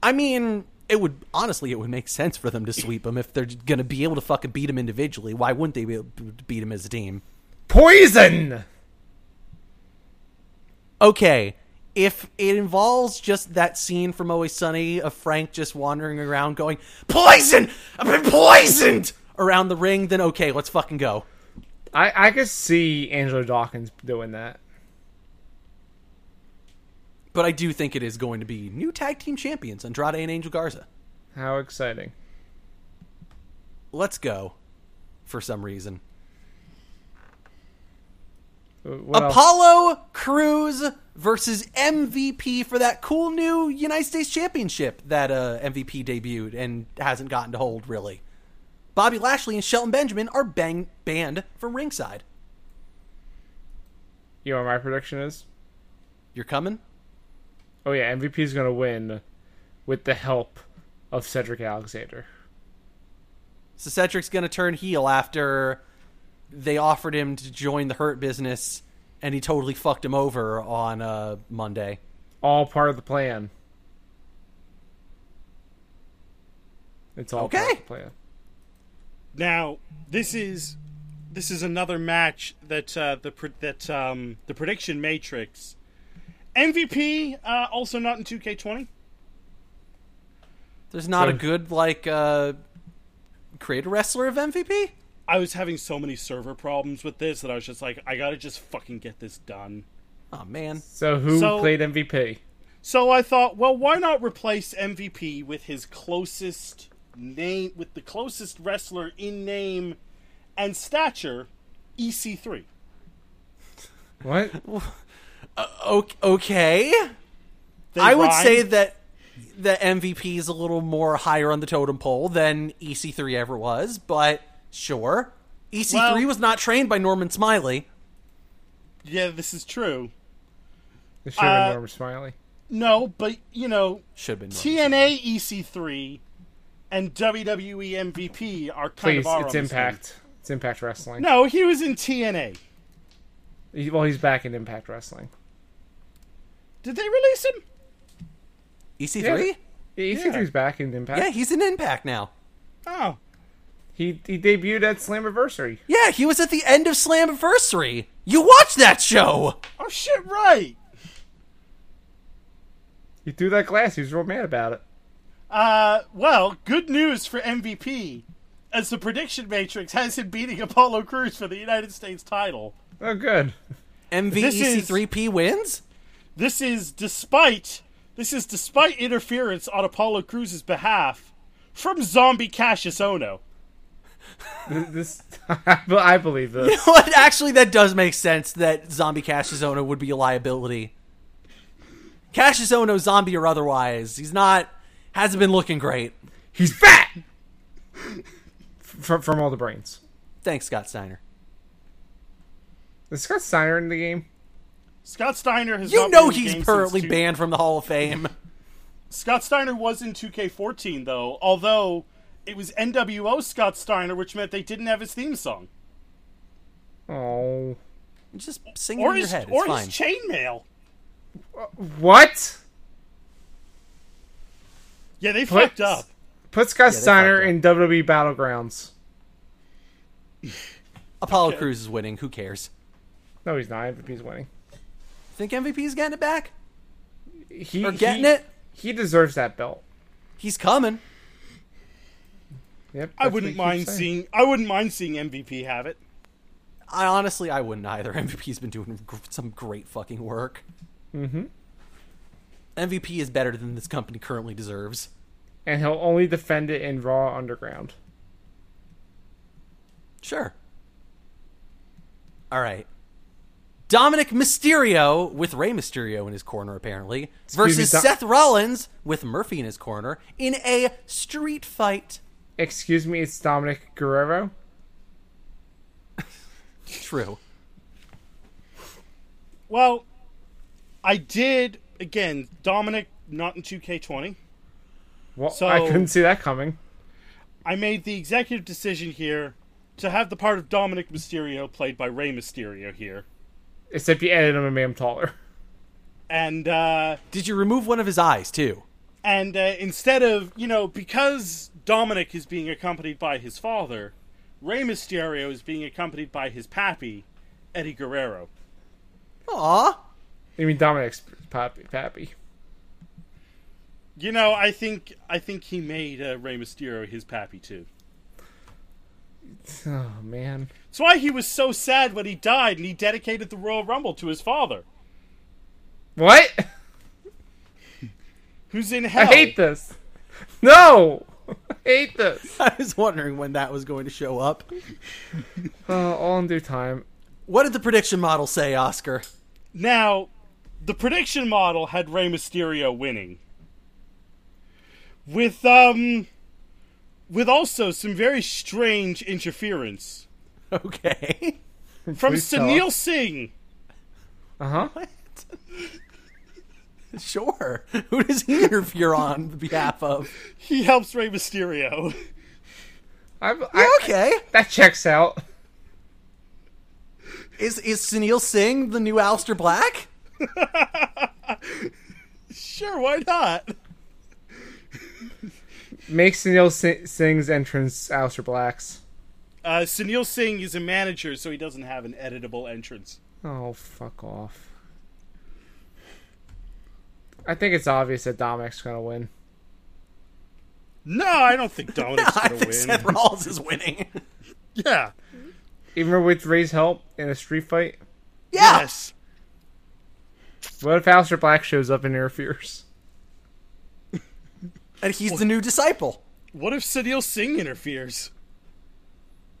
Speaker 2: I mean, it would honestly, it would make sense for them to sweep them if they're going to be able to fucking beat them individually. Why wouldn't they be able to beat them as a team?
Speaker 4: Poison.
Speaker 2: Okay, if it involves just that scene from Always Sunny of Frank just wandering around going poison, I've been poisoned around the ring, then okay, let's fucking go.
Speaker 4: I I could see Angelo Dawkins doing that.
Speaker 2: But I do think it is going to be new tag team champions Andrade and Angel Garza.
Speaker 4: How exciting!
Speaker 2: Let's go. For some reason.
Speaker 4: What else?
Speaker 2: Apollo Cruz versus MVP for that cool new United States Championship that uh, MVP debuted and hasn't gotten to hold really. Bobby Lashley and Shelton Benjamin are bang- banned from ringside.
Speaker 4: You know what my prediction is?
Speaker 2: You're coming?
Speaker 4: Oh yeah, MVP is gonna win with the help of Cedric Alexander.
Speaker 2: So Cedric's going to turn heel after they offered him to join the Hurt business and he totally fucked him over on uh, Monday.
Speaker 4: All part of the plan. It's all part
Speaker 2: Okay.
Speaker 4: of the plan.
Speaker 3: Now, this is this is another match that uh, the pre- that um, the prediction matrix MVP uh, also not in 2K20.
Speaker 2: There's not a
Speaker 4: So-
Speaker 2: good, like, uh, create a wrestler of MVP?
Speaker 3: I was having so many server problems with this that I was just like, I gotta just fucking get this done.
Speaker 2: Oh, man.
Speaker 4: So who
Speaker 3: So-
Speaker 4: played MVP?
Speaker 3: So I thought, well, why not replace MVP with his closest name, with the closest wrestler in name and stature, E EC3.
Speaker 4: What?
Speaker 2: O- okay.
Speaker 3: They
Speaker 2: I would
Speaker 3: rhyme.
Speaker 2: say that the MVP is a little more higher on the totem pole than EC3 ever was, but sure. EC3
Speaker 3: Well-
Speaker 2: was not trained by Norman Smiley.
Speaker 3: yeah, this is true.
Speaker 4: It should have
Speaker 3: Uh,
Speaker 4: been Norman Smiley.
Speaker 3: No, but you know,
Speaker 2: Should have been Norman.
Speaker 3: TNA EC3 E and E WWE MVP are kind
Speaker 4: Please,
Speaker 3: of our
Speaker 4: it's
Speaker 3: on the same-
Speaker 4: Impact. It's Impact Wrestling.
Speaker 3: No, he was in TNA.
Speaker 4: He- well, he's back in Impact Wrestling.
Speaker 3: Did they release him?
Speaker 2: EC3?
Speaker 4: EC3's back in Impact.
Speaker 2: E yeah, he's in Impact now.
Speaker 3: Oh,
Speaker 4: He he debuted at Slammiversary.
Speaker 2: Yeah, he was at the end of Slammiversary. You watched that show.
Speaker 3: oh shit! Right.
Speaker 4: He threw that glass. He was real mad about it.
Speaker 3: Uh, well, good news for MVP, as the prediction matrix has him beating Apollo Crews for the United States title.
Speaker 4: Oh, good.
Speaker 2: E
Speaker 3: This is-
Speaker 2: MVEC3P wins?
Speaker 3: This is despite this is despite interference on Apollo Crews' behalf from Zombie Cassius Ono.
Speaker 4: This, but I believe this.
Speaker 2: What? Actually, that does make sense that Zombie Cassius Ono would be a liability. Cassius Ono, zombie or otherwise, he's not, hasn't been looking great.
Speaker 4: He's fat. from from all the brains.
Speaker 2: Thanks, Scott Steiner.
Speaker 4: Is Scott Steiner in the game?
Speaker 3: Scott Steiner has
Speaker 2: You
Speaker 3: not
Speaker 2: know
Speaker 3: been in the
Speaker 2: he's
Speaker 3: game
Speaker 2: currently
Speaker 3: since two-
Speaker 2: banned from the Hall of Fame.
Speaker 3: Scott Steiner was in 2K14 though, although it was NWO Scott Steiner, which meant they didn't have his theme song
Speaker 4: Oh,
Speaker 2: Just sing it
Speaker 3: or
Speaker 2: in your
Speaker 3: his
Speaker 2: head. It's
Speaker 3: or
Speaker 2: fine.
Speaker 3: his chainmail.
Speaker 4: what?
Speaker 3: Yeah, they
Speaker 4: What?
Speaker 3: fucked up.
Speaker 4: Put Scott
Speaker 2: they
Speaker 4: Steiner
Speaker 2: fucked up.
Speaker 4: in WWE Battlegrounds.
Speaker 2: Apollo Crews is winning. Who cares?
Speaker 4: No, he's not. MVP's winning.
Speaker 2: Think MVP's getting it back?
Speaker 4: He,
Speaker 2: Or getting
Speaker 4: he-
Speaker 2: it?
Speaker 4: He deserves that belt.
Speaker 2: He's coming.
Speaker 4: Yep.
Speaker 3: I wouldn't mind seeing I wouldn't mind seeing MVP have it.
Speaker 2: I honestly, I wouldn't either. MVP's been doing gr- some great fucking work. Mm-hmm. MVP is better than this company currently deserves.
Speaker 4: And he'll only defend it in Raw Underground.
Speaker 2: Sure. All right. Dominic Mysterio with Rey Mysterio in his corner, apparently,
Speaker 4: me,
Speaker 2: versus
Speaker 4: Do-
Speaker 2: Seth Rollins with Murphy in his corner in a street fight.
Speaker 4: Excuse me, it's Dominic Guerrero.
Speaker 2: True.
Speaker 3: Well, I did again. Dominic not in 2K20.
Speaker 4: Well,
Speaker 3: So-
Speaker 4: I couldn't see that coming.
Speaker 3: I made the executive decision here to have the part of Dominic Mysterio played by Rey Mysterio here,
Speaker 4: Except you added him and made him taller.
Speaker 3: and uh,
Speaker 2: Did you remove one of his eyes too?
Speaker 3: and uh, instead of you know because Dominic is being accompanied by his father, Rey Mysterio is being accompanied by his pappy, Eddie Guerrero.
Speaker 2: Aw.
Speaker 4: You mean Dominic's pappy? pappy.
Speaker 3: You know, I think I think he made uh, Rey Mysterio his pappy too.
Speaker 4: Oh man.
Speaker 3: That's why he was so sad when he died, and he dedicated the Royal Rumble to his father,
Speaker 4: What?
Speaker 3: who's in
Speaker 4: I
Speaker 3: hell.
Speaker 4: hate this. No, I hate this.
Speaker 2: I was wondering when that was going to show up.
Speaker 4: Uh, all in due time.
Speaker 2: What did the prediction model say, Oscar?
Speaker 3: Now, the prediction model had Rey Mysterio winning. With um with also some very strange interference
Speaker 2: Okay.
Speaker 3: from
Speaker 4: Please tell
Speaker 3: Sunil
Speaker 4: us.
Speaker 3: Singh.
Speaker 4: Uh huh.
Speaker 2: sure. Who does he interfere on behalf of?
Speaker 3: He helps Rey Mysterio.
Speaker 4: I, I,
Speaker 2: Okay.
Speaker 4: that checks out.
Speaker 2: Is is Sunil Singh the new Alistair Black?
Speaker 3: sure, why not?
Speaker 4: Makes Sunil Sing- Singh's entrance Alistair Black's.
Speaker 3: Uh, Sunil Singh is a manager, so he doesn't have an editable entrance.
Speaker 4: Oh, fuck off. I think it's obvious that Dominic's gonna win.
Speaker 3: No, I don't think Dominic's
Speaker 2: I
Speaker 3: gonna
Speaker 2: think
Speaker 3: win.
Speaker 2: Seth Rollins is winning.
Speaker 3: yeah.
Speaker 4: Even with Ray's help in a street fight.
Speaker 2: Yeah.
Speaker 3: Yes.
Speaker 4: What if Alistair Black shows up and interferes?
Speaker 2: And he's the new disciple.
Speaker 3: What if Sunil Singh interferes?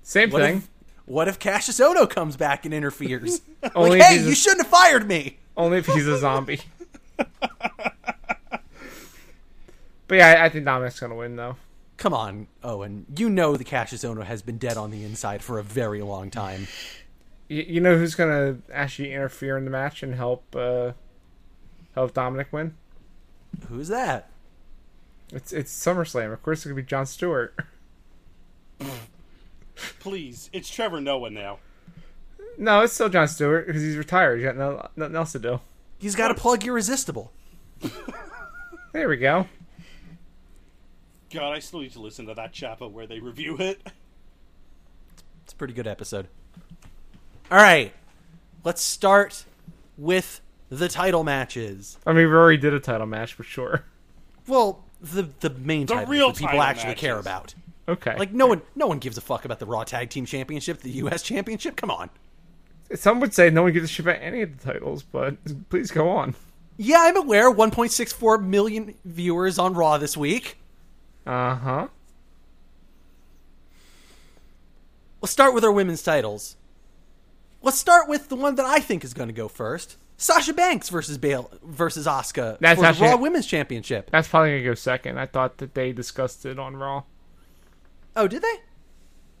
Speaker 4: Same
Speaker 2: What
Speaker 4: thing.
Speaker 2: if, what if Cassius Ono comes back and interferes?
Speaker 4: only,
Speaker 2: hey,
Speaker 4: if
Speaker 2: you
Speaker 4: he's a,
Speaker 2: shouldn't have fired me.
Speaker 4: only if he's a zombie. but yeah, I, I think Dominic's gonna win though.
Speaker 2: Come on, Owen. You know the Cassius Ono has been dead on the inside for a very long time.
Speaker 4: You, you know who's gonna actually interfere in the match and help uh, help Dominic win?
Speaker 2: Who's that?
Speaker 4: It's it's SummerSlam. Of course, it's gonna be John Stewart.
Speaker 3: Please, it's Trevor Noah now.
Speaker 4: No, it's still John Stewart because he's retired. He's got no, nothing else to do.
Speaker 2: He's got to plug Irresistible.
Speaker 4: There we go.
Speaker 3: God, I still need to listen to that chapel where they review it.
Speaker 2: It's a pretty good episode. All right, let's start with the title matches.
Speaker 4: I mean, we already did a title match, but sure.
Speaker 2: Well, the the main titles
Speaker 3: real
Speaker 2: that people
Speaker 3: title
Speaker 2: actually care
Speaker 3: matches.
Speaker 2: about.
Speaker 4: Okay.
Speaker 2: Like no one no one gives a fuck about the Raw Tag Team Championship, the U.S. Championship. Come on.
Speaker 4: some would say no one gives a shit about any of the titles, but please go on.
Speaker 2: Yeah, I'm aware. 1.64 million viewers on Raw this week.
Speaker 4: Uh huh.
Speaker 2: Let's start with our women's titles. Let's start with the one that I think is going to go first: Sasha Banks versus Bale versus Asuka
Speaker 4: That's
Speaker 2: for
Speaker 4: actually-
Speaker 2: the Raw Women's Championship.
Speaker 4: That's probably gonna go second. I thought that they discussed it on Raw.
Speaker 2: Oh, did they?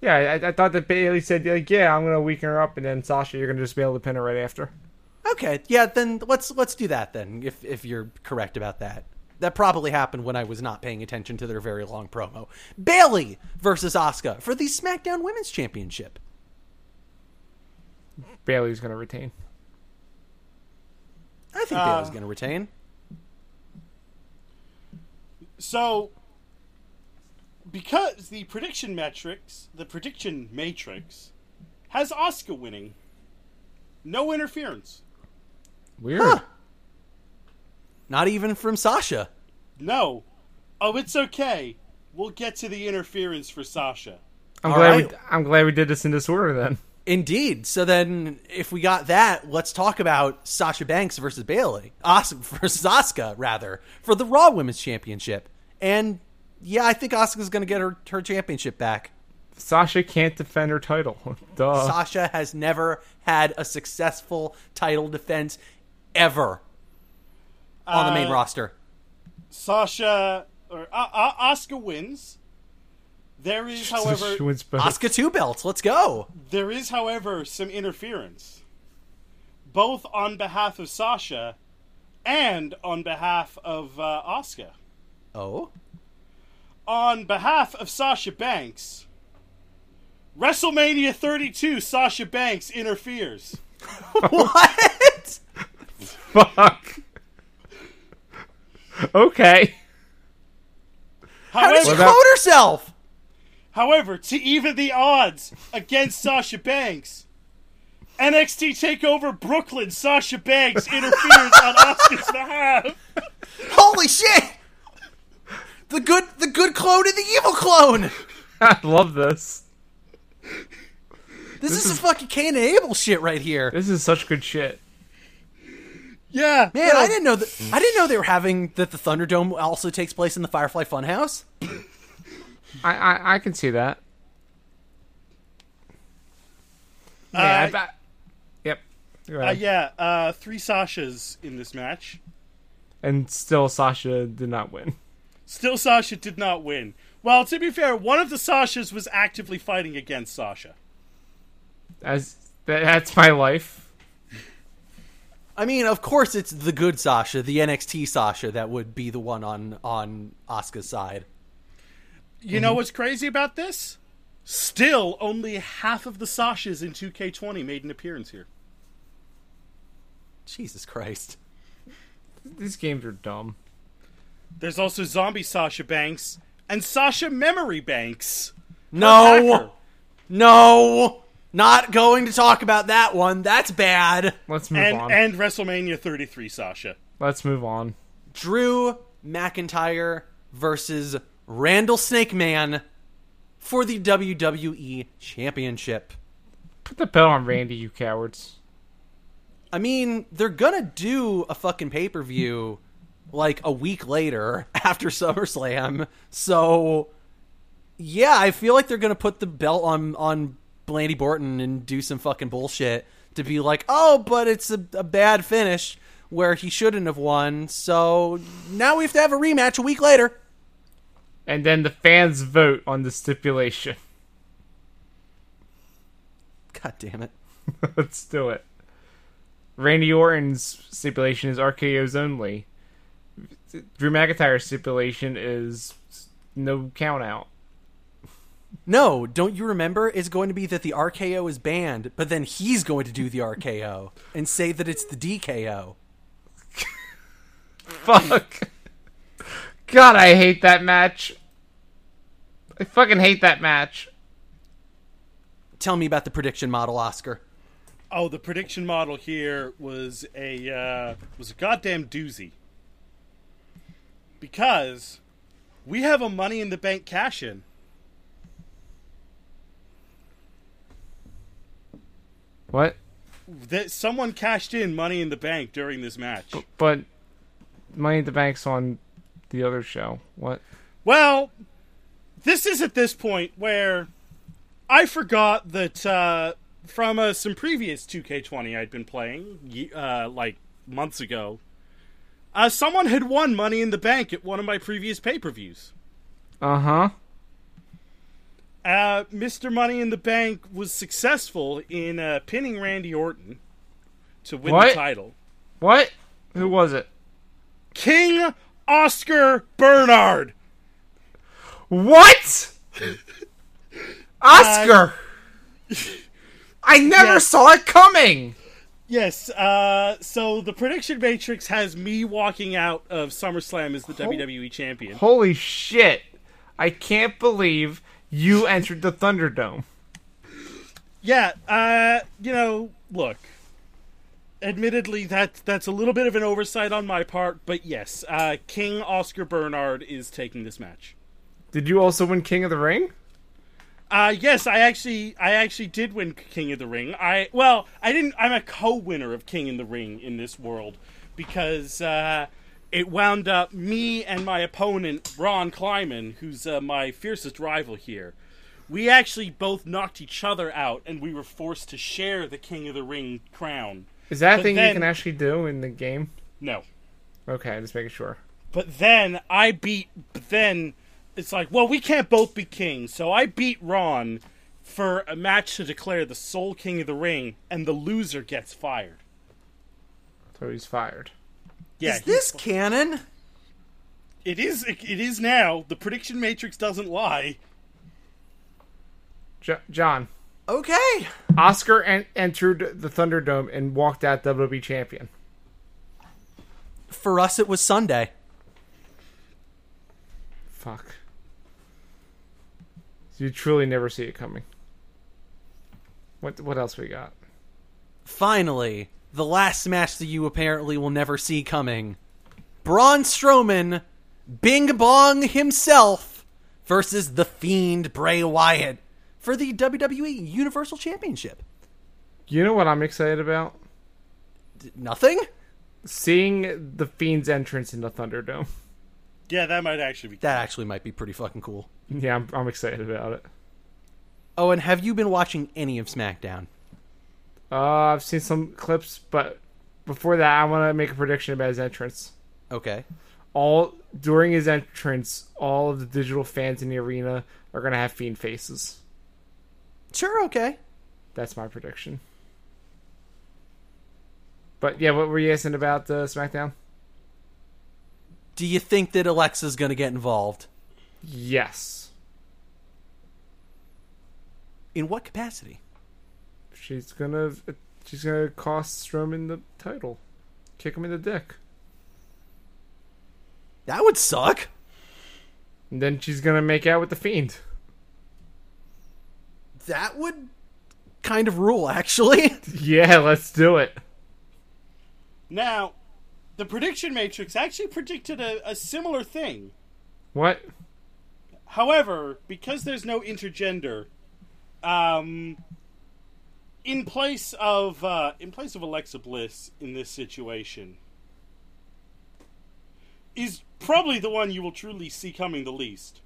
Speaker 4: Yeah, I, I thought that Bailey said like, yeah, I'm gonna weaken her up, and then Sasha, you're gonna just be able to pin her right after.
Speaker 2: Okay, yeah, then let's let's do that then. If if you're correct about that, that probably happened when I was not paying attention to their very long promo. Bailey versus Asuka for the SmackDown Women's Championship.
Speaker 4: Bailey's gonna retain.
Speaker 2: I think
Speaker 3: Uh,
Speaker 2: Bailey's going to retain.
Speaker 3: So, because the prediction metrics, the prediction matrix, has Oscar winning, no interference.
Speaker 4: Weird.
Speaker 2: Not even from Sasha.
Speaker 3: No. Oh, it's okay. We'll get to the interference for Sasha.
Speaker 4: I'm
Speaker 2: All
Speaker 4: glad
Speaker 2: right.
Speaker 4: we I'm glad we did this in this order then.
Speaker 2: Indeed. So then, if we got that, let's talk about Sasha Banks versus Bailey, As- versus Asuka rather, for the Raw Women's Championship. And yeah, I think Asuka's going to get her her championship back.
Speaker 4: Sasha can't defend her title. Duh.
Speaker 2: Sasha has never had a successful title defense ever on the main
Speaker 3: Uh,
Speaker 2: roster.
Speaker 3: Sasha or Oscar wins. uh, There is, however,
Speaker 4: She wins both.
Speaker 2: Oscar two belts. Let's go.
Speaker 3: There is, however, some interference, both on behalf of Sasha and on behalf of uh, Asuka.
Speaker 2: Oh,
Speaker 3: On behalf of Sasha Banks, WrestleMania 32 Sasha Banks interferes.
Speaker 2: what?
Speaker 4: Fuck. okay.
Speaker 2: How did
Speaker 3: However,
Speaker 2: she
Speaker 4: that-
Speaker 2: clone herself?
Speaker 3: however, to even the odds against Sasha Banks, NXT Takeover Brooklyn Sasha Banks interferes on Asuka's behalf.
Speaker 2: Holy shit! The good, the good clone and the evil clone.
Speaker 4: I love this.
Speaker 2: This, is, some fucking Cain and Abel shit right here.
Speaker 4: This is such good shit.
Speaker 3: Yeah,
Speaker 2: Man, I didn't know that. I didn't know they were having that. The Thunderdome also takes place in the Firefly Funhouse.
Speaker 4: I I, I can see that.
Speaker 3: Uh,
Speaker 4: Yeah. I, I- yep. Go
Speaker 3: Uh,
Speaker 4: ahead.
Speaker 3: yeah, uh, three Sashas in this match.
Speaker 4: And still, Sasha did not win.
Speaker 3: Still, Sasha did not win. Well, to be fair, one of the Sashas was actively fighting against Sasha.
Speaker 4: As that, that's my life.
Speaker 2: I mean, of course, it's the good Sasha, the NXT Sasha, that would be the one on on Asuka's side.
Speaker 3: You know what's crazy about this? Still, only half of the Sashas in 2K20 made an appearance here.
Speaker 2: Jesus Christ!
Speaker 4: These games are dumb.
Speaker 3: There's also Zombie Sasha Banks and Sasha Memory Banks. Hacker.
Speaker 2: No, no, not going to talk about that one. That's bad.
Speaker 4: Let's move
Speaker 3: And,
Speaker 4: on.
Speaker 3: and WrestleMania 33 Sasha.
Speaker 4: Let's move on.
Speaker 2: Drew McIntyre versus Randall Snake Man for the WWE Championship.
Speaker 4: Put the bell on Randy, you cowards.
Speaker 2: I mean, they're gonna do a fucking pay per view like a week later after SummerSlam. So yeah, I feel like they're gonna put the belt on on Blandy Borton and do some fucking bullshit to be like, oh, but it's a, a bad finish where he shouldn't have won. So now we have to have a rematch a week later.
Speaker 4: And then the fans vote on the stipulation.
Speaker 2: God damn it.
Speaker 4: Let's do it. Randy Orton's stipulation is RKO's only. Drew McIntyre's stipulation is no count out.
Speaker 2: No, don't you remember? It's going to be that the RKO is banned, but then he's going to do the RKO and say that it's the DKO.
Speaker 4: Fuck. God, I hate that match. I fucking hate that match.
Speaker 2: Tell me about the prediction model, Oscar.
Speaker 3: Oh, the prediction model here was a uh, was a goddamn doozy. Because we have a money in the bank cash in.
Speaker 4: What?
Speaker 3: That someone cashed in money in the bank during this match.
Speaker 4: But Money in the Bank's on the other show. What?
Speaker 3: Well, this is at this point where I forgot that uh, from uh, some previous 2K20 I'd been playing, ye- uh, like months ago, uh, someone had won Money in the Bank at one of my previous pay per views.
Speaker 4: Uh huh.
Speaker 3: Uh, Mr. Money in the Bank was successful in uh, pinning Randy Orton to win
Speaker 4: What?
Speaker 3: the title.
Speaker 4: What? Who was it?
Speaker 3: King Oscar Bernard.
Speaker 4: What? Oscar! I never
Speaker 3: yeah.
Speaker 4: saw it coming!
Speaker 3: Yes. Uh, so the prediction matrix has me walking out of SummerSlam as the WWE champion.
Speaker 4: Holy shit. I can't believe you entered the Thunderdome.
Speaker 3: Yeah. Uh, you know, look. Admittedly, that that's a little bit of an oversight on my part, but yes, uh, King Oscar Bernard is taking this match.
Speaker 4: Did you also win King of the Ring?
Speaker 3: Uh, yes, I actually I actually did win King of the Ring. I well, I didn't. I'm a co-winner of King in the Ring in this world because uh, it wound up me and my opponent Ron Kleiman, who's uh, my fiercest rival here. We actually both knocked each other out, and we were forced to share the King of the Ring crown.
Speaker 4: Is that a
Speaker 3: But
Speaker 4: thing you
Speaker 3: then-
Speaker 4: can actually do in the game?
Speaker 3: No,
Speaker 4: Okay, just making sure.
Speaker 3: but then I beat. But then it's like, well, we can't both be kings. So I beat Ron for a match to declare the sole king of the ring, and the loser gets fired.
Speaker 4: So he's fired.
Speaker 3: Yeah,
Speaker 2: Is this canon?
Speaker 3: he- it is. It is now. The prediction matrix doesn't lie.
Speaker 4: Jo- John
Speaker 2: Okay.
Speaker 4: Oscar en- entered the Thunderdome and walked out WWE champion.
Speaker 2: For us, it was Sunday.
Speaker 4: Fuck. You truly never see it coming. What what else we got?
Speaker 2: Finally, the last match that you apparently will never see coming Braun Strowman, Bing Bong himself, versus The Fiend Bray Wyatt for the WWE Universal Championship.
Speaker 4: You know what I'm excited about?
Speaker 2: D- Nothing?
Speaker 4: Seeing the Fiend's entrance into Thunderdome.
Speaker 3: Yeah, that might actually be.
Speaker 2: That actually might be pretty fucking cool.
Speaker 4: Yeah, I'm, I'm excited about it.
Speaker 2: Oh, and have you been watching any of SmackDown?
Speaker 4: Uh, I've seen some clips, but before that, I want to make a prediction about his entrance.
Speaker 2: Okay.
Speaker 4: All during his entrance, all of the digital fans in the arena are gonna have fiend faces.
Speaker 2: Sure, okay.
Speaker 4: That's my prediction. But yeah, what were you asking about uh, SmackDown?
Speaker 2: Do you think that Alexa's going to get involved?
Speaker 4: Yes,
Speaker 2: In what capacity?
Speaker 4: she's gonna she's gonna cost Strowman the title, kick him in the dick,
Speaker 2: That would suck.
Speaker 4: and then she's gonna make out with the fiend.
Speaker 2: That would kind of rule, actually.
Speaker 4: Yeah, let's do it.
Speaker 3: Now, the prediction matrix actually predicted a, a similar thing.
Speaker 4: What?
Speaker 3: However, because there's no intergender, um, in place of uh, in place of Alexa Bliss in this situation, is probably the one you will truly see coming the least.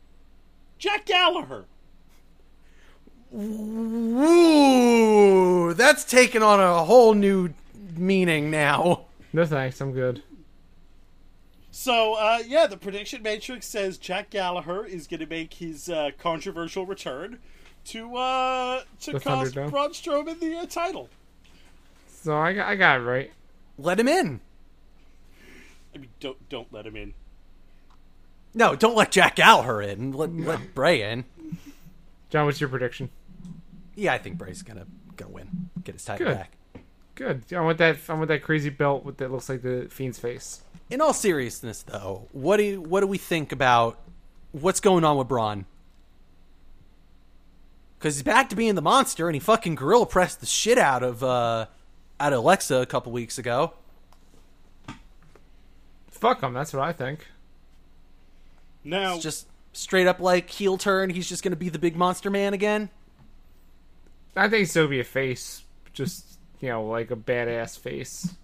Speaker 3: Jack Gallagher.
Speaker 2: Ooh, that's taken on a whole new meaning now.
Speaker 4: No thanks, I'm good.
Speaker 3: So uh, yeah, the prediction matrix says Jack Gallagher is going to make his uh, controversial return to uh, to
Speaker 4: The
Speaker 3: cost
Speaker 4: Thunderdome.
Speaker 3: Braun Strowman the uh, title.
Speaker 4: So I got, I got it right.
Speaker 2: Let him in.
Speaker 3: I mean, don't don't let him in.
Speaker 2: No, don't let Jack Gallagher in. Let, let Bray in.
Speaker 4: John, what's your prediction?
Speaker 2: Yeah, I think Bray's gonna go win, get his title
Speaker 4: Good.
Speaker 2: back.
Speaker 4: Good. I want that. I want that crazy belt with that looks like the fiend's face.
Speaker 2: In all seriousness, though, what do you, what do we think about what's going on with Braun? Because he's back to being the monster, and he fucking gorilla pressed the shit out of uh, out of Alexa a couple weeks ago.
Speaker 4: Fuck him. That's what I think.
Speaker 3: Now,
Speaker 2: It's just straight up like heel turn. He's just gonna be the big monster man again.
Speaker 4: I think so be a face, just you know, like a badass face,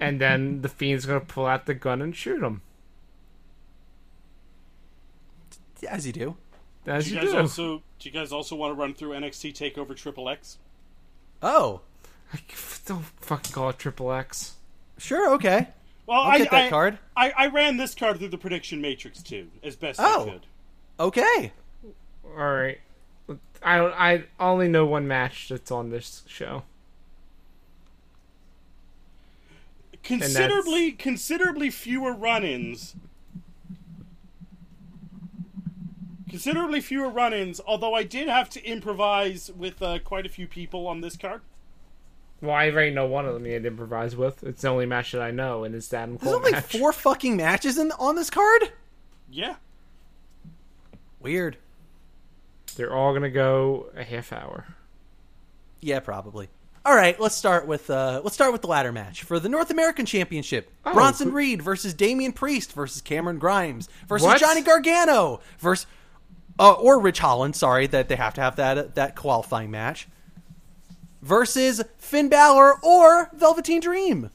Speaker 4: and then the fiend's gonna pull out the gun and shoot him.
Speaker 2: As you do.
Speaker 4: As
Speaker 3: Do
Speaker 4: you,
Speaker 3: you guys
Speaker 4: do.
Speaker 3: also do you guys also want to run through NXT Takeover Triple X?
Speaker 2: Oh,
Speaker 4: Don't fucking call it triple X.
Speaker 2: sure, okay.
Speaker 3: Well,
Speaker 2: I'll get that card.
Speaker 3: I, I ran this card through the prediction matrix too, as best
Speaker 2: Oh.
Speaker 3: I could.
Speaker 2: Okay.
Speaker 4: All right, I don't. I only know one match that's on this show.
Speaker 3: Considerably, considerably fewer run-ins. Considerably fewer run-ins, although I did have to improvise with uh, quite a few people on this card.
Speaker 4: Well, I already know one of them. You had to improvise with. It's the only match that I know, and it's the Adam
Speaker 2: There's
Speaker 4: Cole
Speaker 2: only
Speaker 4: match.
Speaker 2: four fucking matches in on this card?
Speaker 3: Yeah,
Speaker 2: Weird.
Speaker 4: They're all gonna go a half hour.
Speaker 2: Yeah, probably. All right, let's start with uh, let's start with the ladder match for the North American Championship.
Speaker 4: Oh,
Speaker 2: Bronson
Speaker 4: who-
Speaker 2: Reed versus Damian Priest versus Cameron Grimes versus
Speaker 4: What?
Speaker 2: Johnny Gargano versus uh, or Rich Holland. Sorry that they have to have that that qualifying match versus Finn Balor or Velveteen Dream.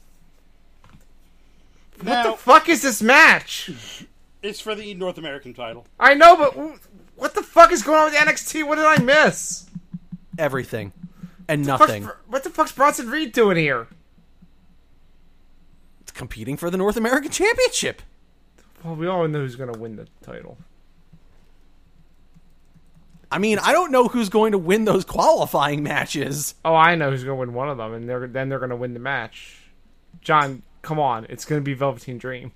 Speaker 3: now
Speaker 4: Fuck is this match?
Speaker 3: it's for the North American title.
Speaker 4: I know, but w- what the fuck is going on with NXT? What did I miss?
Speaker 2: Everything and
Speaker 4: Fuck's-
Speaker 2: nothing.
Speaker 4: what the fuck's Bronson Reed doing here?
Speaker 2: It's competing for the North American Championship.
Speaker 4: Well, we all know who's gonna win the title.
Speaker 2: I mean, I don't know who's going to win those qualifying matches.
Speaker 4: Oh, I know who's gonna win one of them, and they're then they're gonna win the match. John, come on, it's gonna be Velveteen Dream.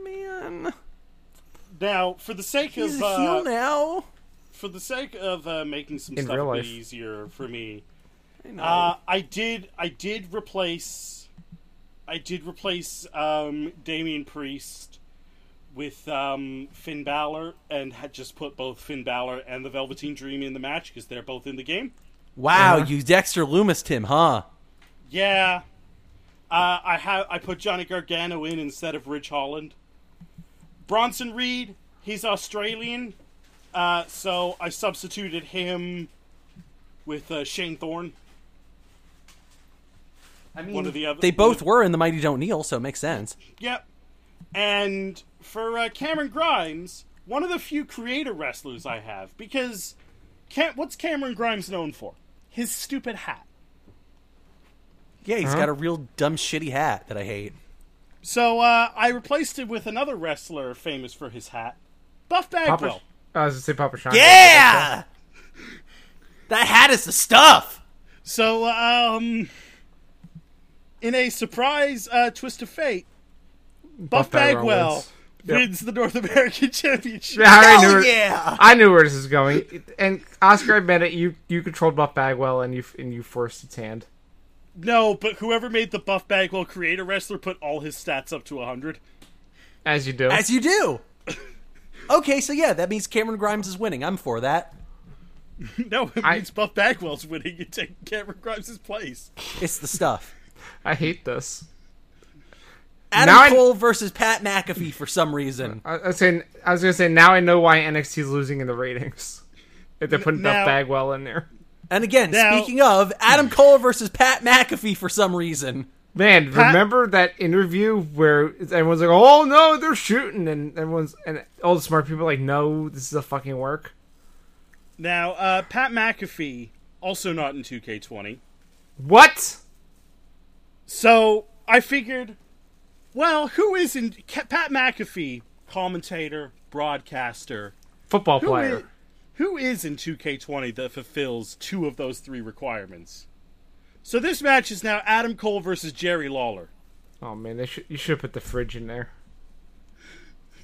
Speaker 2: Man,
Speaker 3: Now, for the sake
Speaker 2: he's
Speaker 3: of
Speaker 2: a
Speaker 3: uh,
Speaker 2: heel now.
Speaker 3: for the sake of uh, making some
Speaker 4: In
Speaker 3: stuff
Speaker 4: real
Speaker 3: a
Speaker 4: life.
Speaker 3: bit easier for me,
Speaker 2: I know.
Speaker 3: uh, I did I did replace I did replace um, Damian Priest with um, Finn Balor and had just put both Finn Balor and the Velveteen Dream in the match because they're both in the game.
Speaker 2: wow,
Speaker 4: uh-huh.
Speaker 2: you Dexter Loomis him, huh?
Speaker 3: Yeah, uh, I have I put Johnny Gargano in instead of Ridge Holland. Bronson Reed, he's Australian, uh, so I substituted him with uh, Shane Thorne.
Speaker 4: I mean,
Speaker 3: One of the other.
Speaker 2: They both were in the Mighty Don't Kneel, so it makes sense.
Speaker 3: Yep. And for uh, Cameron Grimes, one of the few creator wrestlers I have because Cam- what's Cameron Grimes known for? His stupid hat.
Speaker 2: Yeah, he's got a real dumb shitty hat that I hate.
Speaker 3: So uh, I replaced it with another wrestler famous for his hat, Buff
Speaker 4: Papa,
Speaker 3: Bagwell.
Speaker 4: I was gonna say Papa Shango.
Speaker 2: Yeah, that hat is the stuff.
Speaker 3: So um, in a surprise uh, twist of fate, Buff,
Speaker 4: Bagwell
Speaker 3: Bagwell
Speaker 4: wins.
Speaker 3: wins.
Speaker 4: Yep.
Speaker 3: the North American Championship.
Speaker 4: Yeah, I already
Speaker 2: Hell
Speaker 4: knew where-
Speaker 2: yeah.
Speaker 4: I knew where this was going. And Oscar, I admit it. You you controlled Buff Bagwell, and you and you forced its hand.
Speaker 3: No, but whoever made the Buff Bagwell creator wrestler put all his stats up to 100.
Speaker 4: As you do.
Speaker 2: As you do. Okay, so yeah, that means Cameron Grimes is winning. I'm for that.
Speaker 3: No, it
Speaker 4: I-
Speaker 3: means Buff Bagwell's winning and taking Cameron Grimes' place.
Speaker 2: It's the stuff.
Speaker 4: I hate this.
Speaker 2: Adam
Speaker 4: Now I-
Speaker 2: Cole versus Pat McAfee for some reason.
Speaker 4: I, I was saying, I was gonna say now I know why NXT is losing in the ratings. If they're putting
Speaker 3: Now-
Speaker 4: Buff Bagwell in there,
Speaker 2: And again,
Speaker 3: Now-
Speaker 2: speaking of Adam Cole versus Pat McAfee for some reason.
Speaker 4: man, remember that interview where everyone's like, "Oh no, they're shooting," and everyone's and all the smart people are like, "No, this is a fucking work."
Speaker 3: Now, uh, Pat McAfee, also not in 2K20.
Speaker 4: What?
Speaker 3: So I figured, well, who is in. Ca- Pat McAfee, commentator, broadcaster.
Speaker 4: Football
Speaker 3: Who
Speaker 4: player.
Speaker 3: i- who is in 2K20 that fulfills two of those three requirements? So this match is now Adam Cole versus Jerry Lawler.
Speaker 4: Oh man, they should you should have put the fridge in there.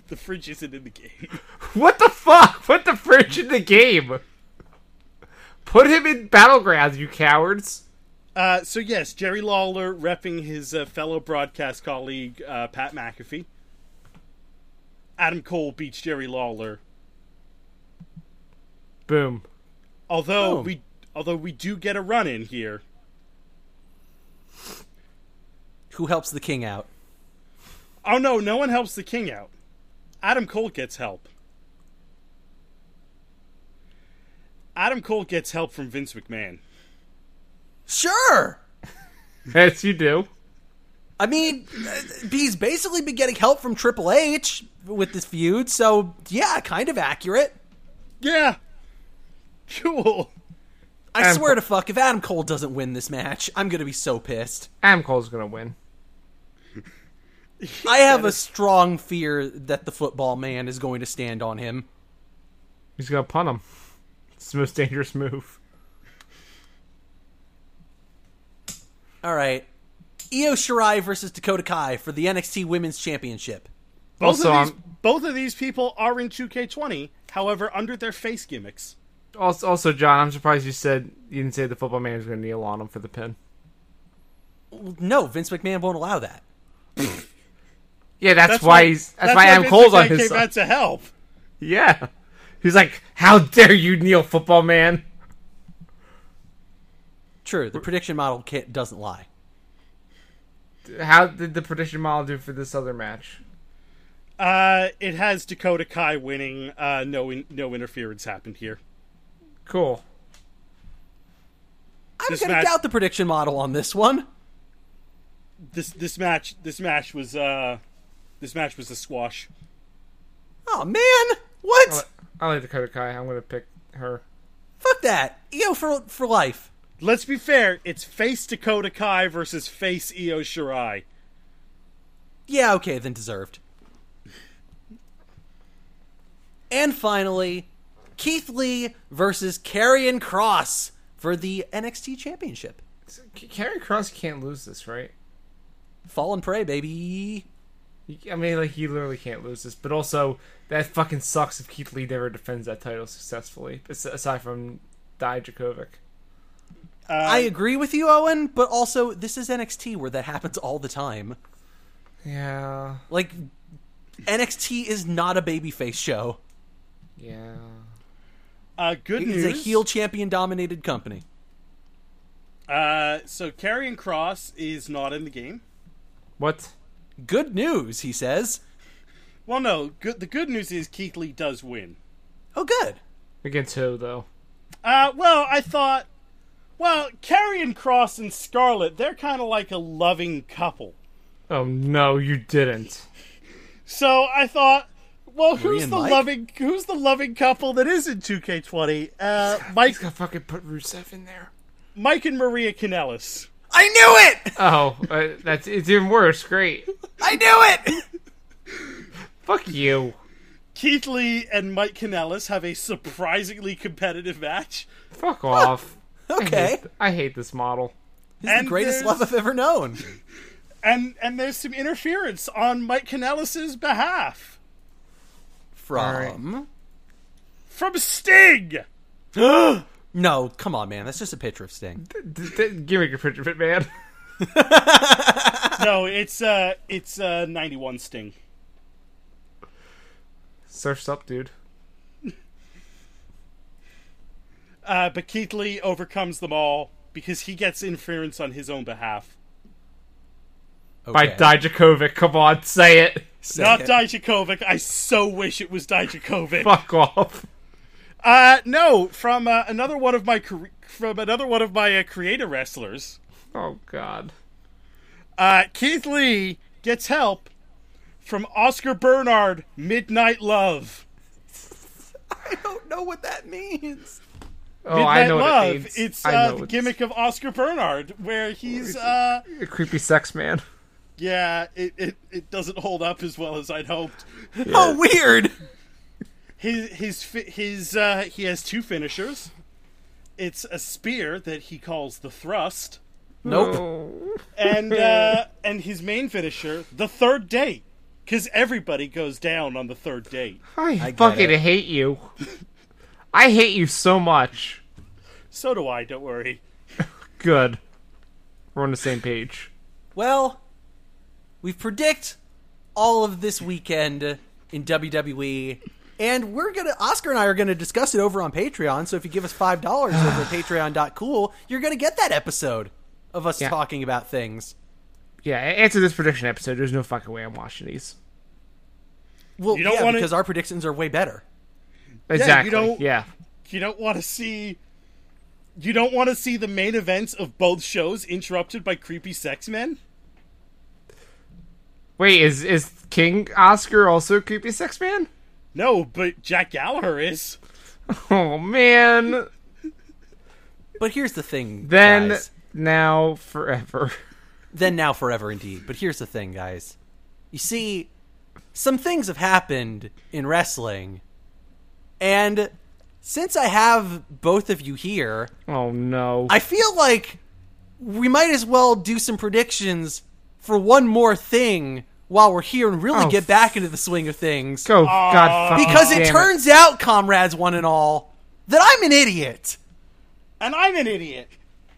Speaker 3: The fridge isn't in the game.
Speaker 4: What the fuck? Put the fridge in the game. Put him in battlegrounds, you cowards.
Speaker 3: Uh, so yes, Jerry Lawler repping his uh, fellow broadcast colleague uh, Pat McAfee. Adam Cole beats Jerry Lawler,
Speaker 4: Boom.
Speaker 3: although
Speaker 2: Oh.
Speaker 3: we although we do get a run in here.
Speaker 2: Who helps the king out?
Speaker 3: Oh no, no one helps the king out. Adam Cole gets help. Adam Cole gets help from Vince McMahon.
Speaker 2: Sure.
Speaker 4: Yes, you do.
Speaker 2: I mean, uh, he's basically been getting help from Triple H with this feud, so yeah, kind of accurate.
Speaker 3: Yeah, cool.
Speaker 2: I
Speaker 4: Adam
Speaker 2: swear to fuck, if Adam Cole doesn't win this match, I'm going to be so pissed.
Speaker 4: Adam Cole's gonna win.
Speaker 2: I have a strong fear that the football man is going to stand on him.
Speaker 4: He's gonna punt him. It's the most dangerous move.
Speaker 2: All right. Io Shirai versus Dakota Kai for the NXT Women's Championship.
Speaker 3: Both
Speaker 4: Also,
Speaker 3: of these,
Speaker 4: um,
Speaker 3: both of these people are in 2K20, however, under their face gimmicks.
Speaker 4: Also, also, John, I'm surprised you said you didn't say the football manager's gonna kneel on him for the pin.
Speaker 2: No, Vince McMahon won't allow that.
Speaker 4: Yeah, that's, why he's that's, why Adam
Speaker 3: Vince
Speaker 4: Cole's on
Speaker 3: McMahon
Speaker 4: his
Speaker 3: came
Speaker 4: side.
Speaker 3: out to help.
Speaker 4: Yeah, he's like, "How dare you kneel, football man?"
Speaker 2: True, the prediction model can't, doesn't lie.
Speaker 4: How did the prediction model do for this other match?
Speaker 3: Uh, it has Dakota Kai winning. Uh, no, in- no interference happened here.
Speaker 4: Cool.
Speaker 2: I'm
Speaker 3: This
Speaker 2: going to
Speaker 3: match-
Speaker 2: doubt the prediction model on this one.
Speaker 3: This this match this match was uh, this match was a squash.
Speaker 2: Oh, man. What?
Speaker 4: I li- I like Dakota Kai. I'm gonna pick her.
Speaker 2: Fuck that. Io for, for life.
Speaker 3: Let's be fair. It's face Dakota Kai versus face Io Shirai.
Speaker 2: Yeah, okay, then deserved. And finally, Keith Lee versus Karrion Cross for the NXT Championship.
Speaker 4: Carry Cross can't lose this, right?
Speaker 2: Fall and pray, baby.
Speaker 4: I mean, like he literally can't lose this. But also, that fucking sucks if Keith Lee never defends that title successfully. as- Aside from Dijakovic.
Speaker 3: Uh,
Speaker 2: I agree with you, Owen, but also this is NXT where that happens all the time.
Speaker 4: Yeah,
Speaker 2: Like NXT is not a babyface show.
Speaker 4: yeah.
Speaker 3: Uh, good
Speaker 2: It's
Speaker 3: news.
Speaker 2: a heel champion dominated company.
Speaker 3: Uh, so Karrion Cross is not in the game.
Speaker 4: What?
Speaker 2: Good news, he says.
Speaker 3: Well, no. Good. The good news is Keith Lee does win.
Speaker 2: Oh, good.
Speaker 4: Against who though?
Speaker 3: Uh, well, I thought. Well, Karrion Cross and Scarlet, they're kind of like a loving couple.
Speaker 4: Oh no, you didn't.
Speaker 3: So I thought, well, who's
Speaker 2: and
Speaker 3: the
Speaker 2: Mike?
Speaker 3: loving who's the loving couple that is in 2K20? Uh, Mike,
Speaker 4: I fucking put Rusev in there.
Speaker 3: Mike and Maria Kanellis.
Speaker 2: I knew it!
Speaker 4: Oh, uh, that's it's even worse. Great.
Speaker 2: I knew it!
Speaker 4: Fuck you.
Speaker 3: Keith Lee and Mike Kanellis have a surprisingly competitive match.
Speaker 4: Fuck off. I
Speaker 2: Okay.
Speaker 4: hate, I hate this model.
Speaker 2: This is
Speaker 3: And
Speaker 2: the greatest love
Speaker 3: there's-
Speaker 2: I've ever known.
Speaker 3: and and there's some interference on Mike Kanellis's behalf
Speaker 2: From.
Speaker 3: from Sting.
Speaker 2: No, come on, man. That's just a picture of Sting.
Speaker 4: D- d- give me your picture of it, man.
Speaker 3: No, it's uh it's uh 91 Sting.
Speaker 4: Surf's up, dude.
Speaker 3: Uh, but Keith Lee overcomes them all because he gets interference on his own behalf.
Speaker 4: By
Speaker 2: Okay.
Speaker 4: Dijakovic. Come on, say it.
Speaker 2: Say
Speaker 3: Not
Speaker 2: it.
Speaker 3: Dijakovic. I so wish it was Dijakovic.
Speaker 4: Fuck off.
Speaker 3: Uh, no, from uh, another one of my cre- from another one of my uh, creator wrestlers.
Speaker 4: Oh god.
Speaker 3: Uh, Keith Lee gets help from Oscar Bernard, Midnight Love.
Speaker 2: I don't know what that means.
Speaker 4: Oh,
Speaker 3: Midnight
Speaker 4: I know
Speaker 3: Love.
Speaker 4: what it means.
Speaker 3: It's
Speaker 4: I
Speaker 3: uh,
Speaker 4: know
Speaker 3: the
Speaker 4: it's
Speaker 3: gimmick of Oscar Bernard, where he's uh,
Speaker 4: a creepy sex man.
Speaker 3: yeah, it, it, it doesn't hold up as well as I'd hoped.
Speaker 2: Oh, weird.
Speaker 3: His his fi- his uh, he has two finishers. It's a spear that he calls the thrust,
Speaker 2: Nope.
Speaker 4: Oh.
Speaker 3: and uh, and his main finisher, the third date, because everybody goes down on the third date.
Speaker 4: I,
Speaker 2: get
Speaker 4: fucking
Speaker 2: it.
Speaker 4: hate you. I hate you so much.
Speaker 3: So do I. Don't worry.
Speaker 4: Good. We're on the same page.
Speaker 2: Well, we predict all of this weekend in WWE, and we're gonna Oscar and I are gonna discuss it over on Patreon. So if you give us five dollars over at Patreon.cool, you're gonna get that episode of us
Speaker 4: Yeah.
Speaker 2: talking about things.
Speaker 4: Yeah, a- answer this prediction episode. There's no fucking way I'm watching these.
Speaker 2: Well,
Speaker 3: You don't
Speaker 2: yeah,
Speaker 3: wanna-
Speaker 2: because our predictions are way better.
Speaker 4: Exactly. Yeah.
Speaker 3: don't- You don't want to see. You don't want to see the main events of both shows interrupted by creepy sex men.
Speaker 4: Wait, is is King Oscar also a creepy sex man?
Speaker 3: No, but Jack Gallagher is.
Speaker 4: Oh man.
Speaker 2: But here's the thing,
Speaker 4: Then
Speaker 2: guys.
Speaker 4: now forever.
Speaker 2: then now forever indeed. But here's the thing, guys. You see, some things have happened in wrestling, and since I have both of you here,
Speaker 4: Oh no.
Speaker 2: I feel like we might as well do some predictions for one more thing while we're here and really
Speaker 4: Oh,
Speaker 2: get back into the swing of things.
Speaker 4: Go god fucking
Speaker 2: because it
Speaker 4: damn
Speaker 2: turns out, comrades, one and all, that I'm an idiot.
Speaker 3: And I'm an idiot.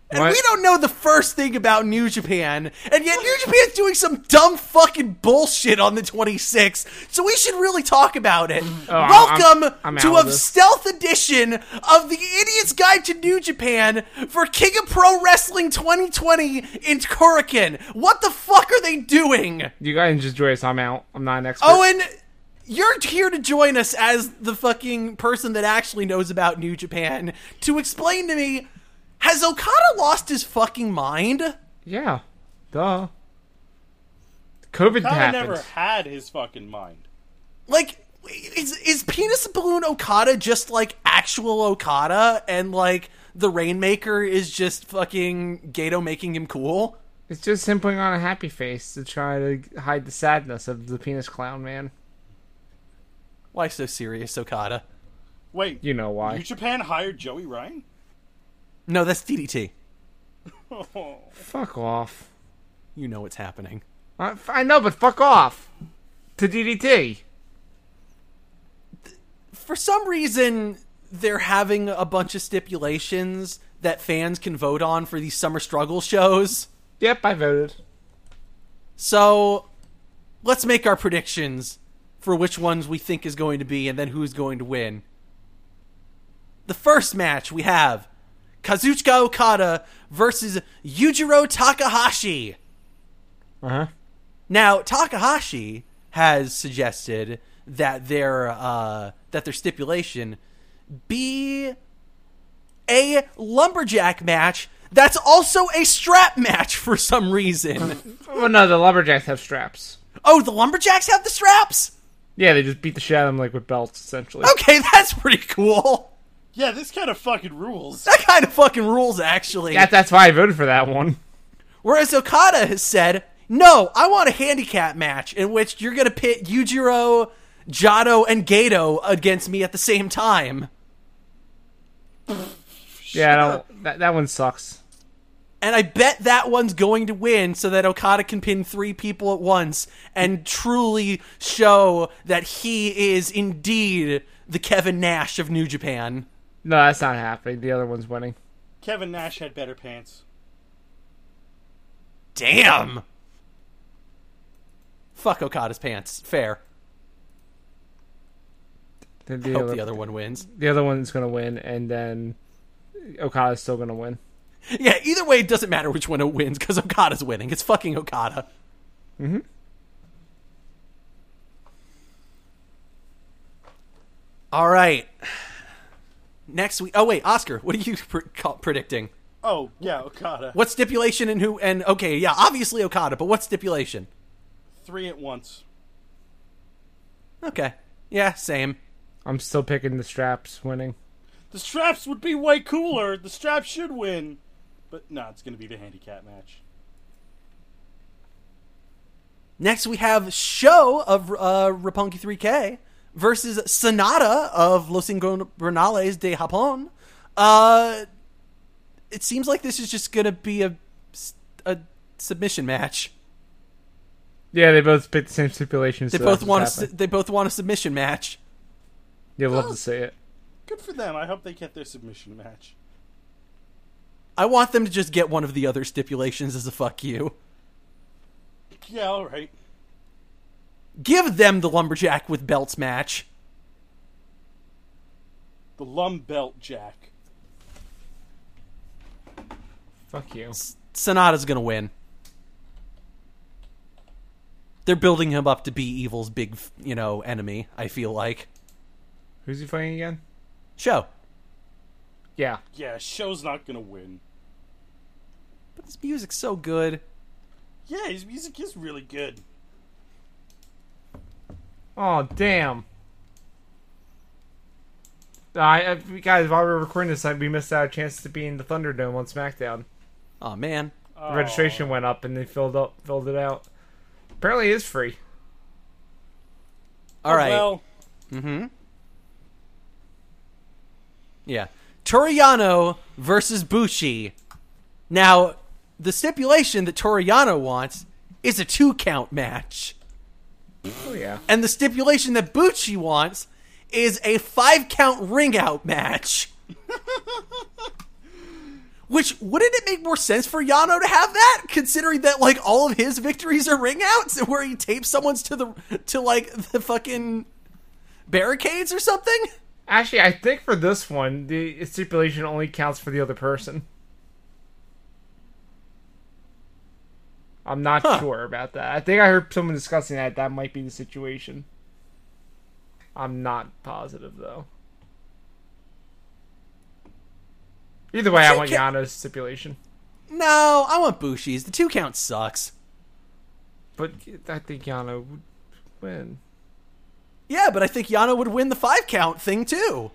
Speaker 2: And
Speaker 4: What?
Speaker 2: we don't know the first thing about New Japan, and yet New Japan's doing some dumb fucking bullshit on the 26th, so we should really talk about it.
Speaker 4: Oh, I'm-
Speaker 2: Welcome
Speaker 4: I'm out
Speaker 2: to a
Speaker 4: of this.
Speaker 2: stealth edition of the Idiot's Guide to New Japan for King of Pro Wrestling 2020 in Kurikan. What the fuck are they doing?
Speaker 4: You guys enjoy us. I'm out. I'm not an expert.
Speaker 2: Owen, you're here to join us as the fucking person that actually knows about New Japan to explain to me has Okada lost his fucking mind?
Speaker 4: yeah. Duh. COVID
Speaker 3: Kyle
Speaker 4: happened.
Speaker 3: never had his fucking mind.
Speaker 2: Like, is, is Penis Balloon Okada just like actual Okada and like the Rainmaker is just fucking Gato making him cool?
Speaker 4: It's just him putting on a happy face to try to hide the sadness of the penis clown man.
Speaker 2: Why so serious, Okada?
Speaker 3: Wait,
Speaker 4: You know why.
Speaker 3: New Japan hired Joey Ryan?
Speaker 2: No, that's DDT.
Speaker 3: Oh,
Speaker 4: Fuck off.
Speaker 2: You know what's happening.
Speaker 4: I, I know, but fuck off to DDT.
Speaker 2: For some reason, they're having a bunch of stipulations that fans can vote on for these summer struggle shows.
Speaker 4: Yep, I voted.
Speaker 2: So let's make our predictions for which ones we think is going to be and then who's going to win. The first match we have Kazuchika Okada versus Yujiro Takahashi.
Speaker 4: Uh huh.
Speaker 2: Now, Takahashi has suggested that their uh, that their stipulation be a lumberjack match that's also a strap match for some reason.
Speaker 4: Well, Oh, no, the lumberjacks have straps.
Speaker 2: oh, the lumberjacks have the straps?
Speaker 4: Yeah, they just beat the shit out of them like with belts, essentially.
Speaker 2: Okay, that's pretty cool.
Speaker 3: yeah, this kind of fucking rules.
Speaker 2: That kind of fucking rules, actually.
Speaker 4: That, that's why I voted for that one.
Speaker 2: Whereas Okada has said, no, I want a handicap match in which you're going to pit Yujiro, Jado, and Gato against me at the same time.
Speaker 4: Yeah, I don't, that that one sucks.
Speaker 2: And I bet that one's going to win so that Okada can pin three people at once and truly show that he is indeed the Kevin Nash of New Japan.
Speaker 4: No, that's not happening. The other one's winning.
Speaker 3: Kevin Nash had better pants.
Speaker 2: Damn! Fuck Okada's pants. Fair.
Speaker 4: The,
Speaker 2: I
Speaker 4: the,
Speaker 2: hope
Speaker 4: other,
Speaker 2: the other one wins.
Speaker 4: the other one's gonna win, and then Okada's still gonna win.
Speaker 2: Yeah, either way, it doesn't matter which one it wins because Okada's winning. It's fucking Okada. All right. Next week. Oh wait, Oscar, what are you pre- call- predicting?
Speaker 3: Oh, yeah, Okada.
Speaker 2: What stipulation and who? And okay, yeah, obviously Okada, but what stipulation?
Speaker 3: Three at once.
Speaker 2: Okay. Yeah, same.
Speaker 4: I'm still picking the straps winning.
Speaker 3: The straps would be way cooler. The straps should win. But no, it's going to be the handicap match.
Speaker 2: Next, we have Show of uh, Rapunki 3K versus Sonata of Los Ingronales de Japón. Uh, it seems like this is just going to be a, a submission match.
Speaker 4: Yeah, they both picked the same stipulations.
Speaker 2: They
Speaker 4: so
Speaker 2: both
Speaker 4: that's
Speaker 2: want a,
Speaker 4: what's
Speaker 2: su-
Speaker 4: happening.
Speaker 2: they both want a submission match.
Speaker 4: You'll love to see it.
Speaker 3: Good for them. I hope they get their submission match.
Speaker 2: I want them to just get one of the other stipulations as a fuck you.
Speaker 3: Yeah, all right.
Speaker 2: Give them the lumberjack with belts match.
Speaker 3: The lum belt jack.
Speaker 4: Fuck you.
Speaker 2: Sonata's gonna win. They're building him up to be evil's big, you know, enemy. I feel like
Speaker 4: Who's he fighting again?
Speaker 2: show,
Speaker 4: Yeah,
Speaker 3: Yeah, show's not going to win.
Speaker 2: but this music's so good.
Speaker 3: Yeah, his music is really good.
Speaker 4: Oh damn! I, I guys, while we were recording this, I- we missed out a chance to be in the Thunderdome on SmackDown.
Speaker 2: Oh man,
Speaker 4: The
Speaker 2: Oh.
Speaker 4: registration went up, and they filled up, filled it out. Apparently, it is free.
Speaker 2: all right,
Speaker 3: Oh, Well,
Speaker 2: yeah. Toriano versus Bushi. Now, the stipulation that Toriano wants is a two count match,
Speaker 4: Oh yeah.
Speaker 2: and the stipulation that Bushi wants is a five count ring out match. Which wouldn't it make more sense for Yano to have that, considering that like all of his victories are ring outs, where he tapes someone's to the to like the fucking barricades or something?
Speaker 4: Actually, I think for this one, the stipulation only counts for the other person. I'm not sure about that. I think I heard someone discussing that. That might be the situation. I'm not positive though. Either way, I want
Speaker 2: ca-
Speaker 4: Yano's stipulation,
Speaker 2: No, I want Bushi's. The two count sucks.
Speaker 4: but I think Yano would win.
Speaker 2: Yeah, but I think Yano would win the five count thing too.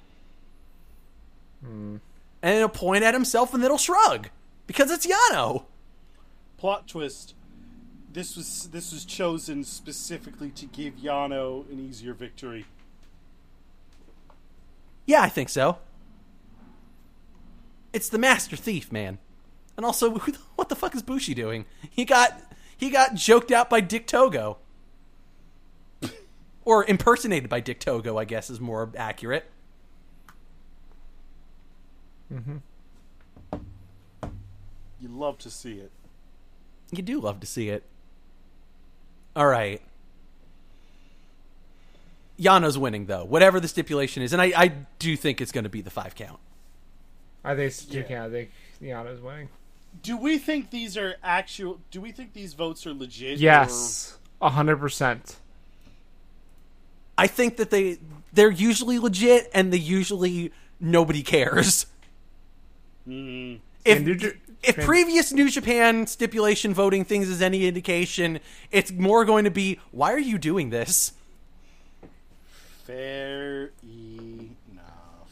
Speaker 2: And he'll point at himself and then he'll shrug because it's Yano.
Speaker 3: plot twist. This was this was chosen specifically to give Yano an easier victory.
Speaker 2: Yeah, I think so. It's the Master Thief, man. And also, who the- what the fuck is Bushi doing? He got he got joked out by Dick Togo, or impersonated by Dick Togo, I guess is more accurate.
Speaker 3: You love to see it.
Speaker 2: You do love to see it. All right. Yano's winning though, whatever the stipulation is, and I, I do think it's going to be the five count.
Speaker 4: I think it's two
Speaker 3: Yeah.
Speaker 4: count. I think Yano's winning.
Speaker 3: Do we think these are actual? Do we think these votes are legit?
Speaker 4: Yes, hundred percent.
Speaker 2: I think that they they're usually legit, and they usually nobody cares. If,
Speaker 3: mm,
Speaker 4: And New Ja-
Speaker 2: if
Speaker 4: Japan-
Speaker 2: previous New Japan stipulation voting things is any indication, it's more going to be why are you doing this?
Speaker 3: Or fair enough.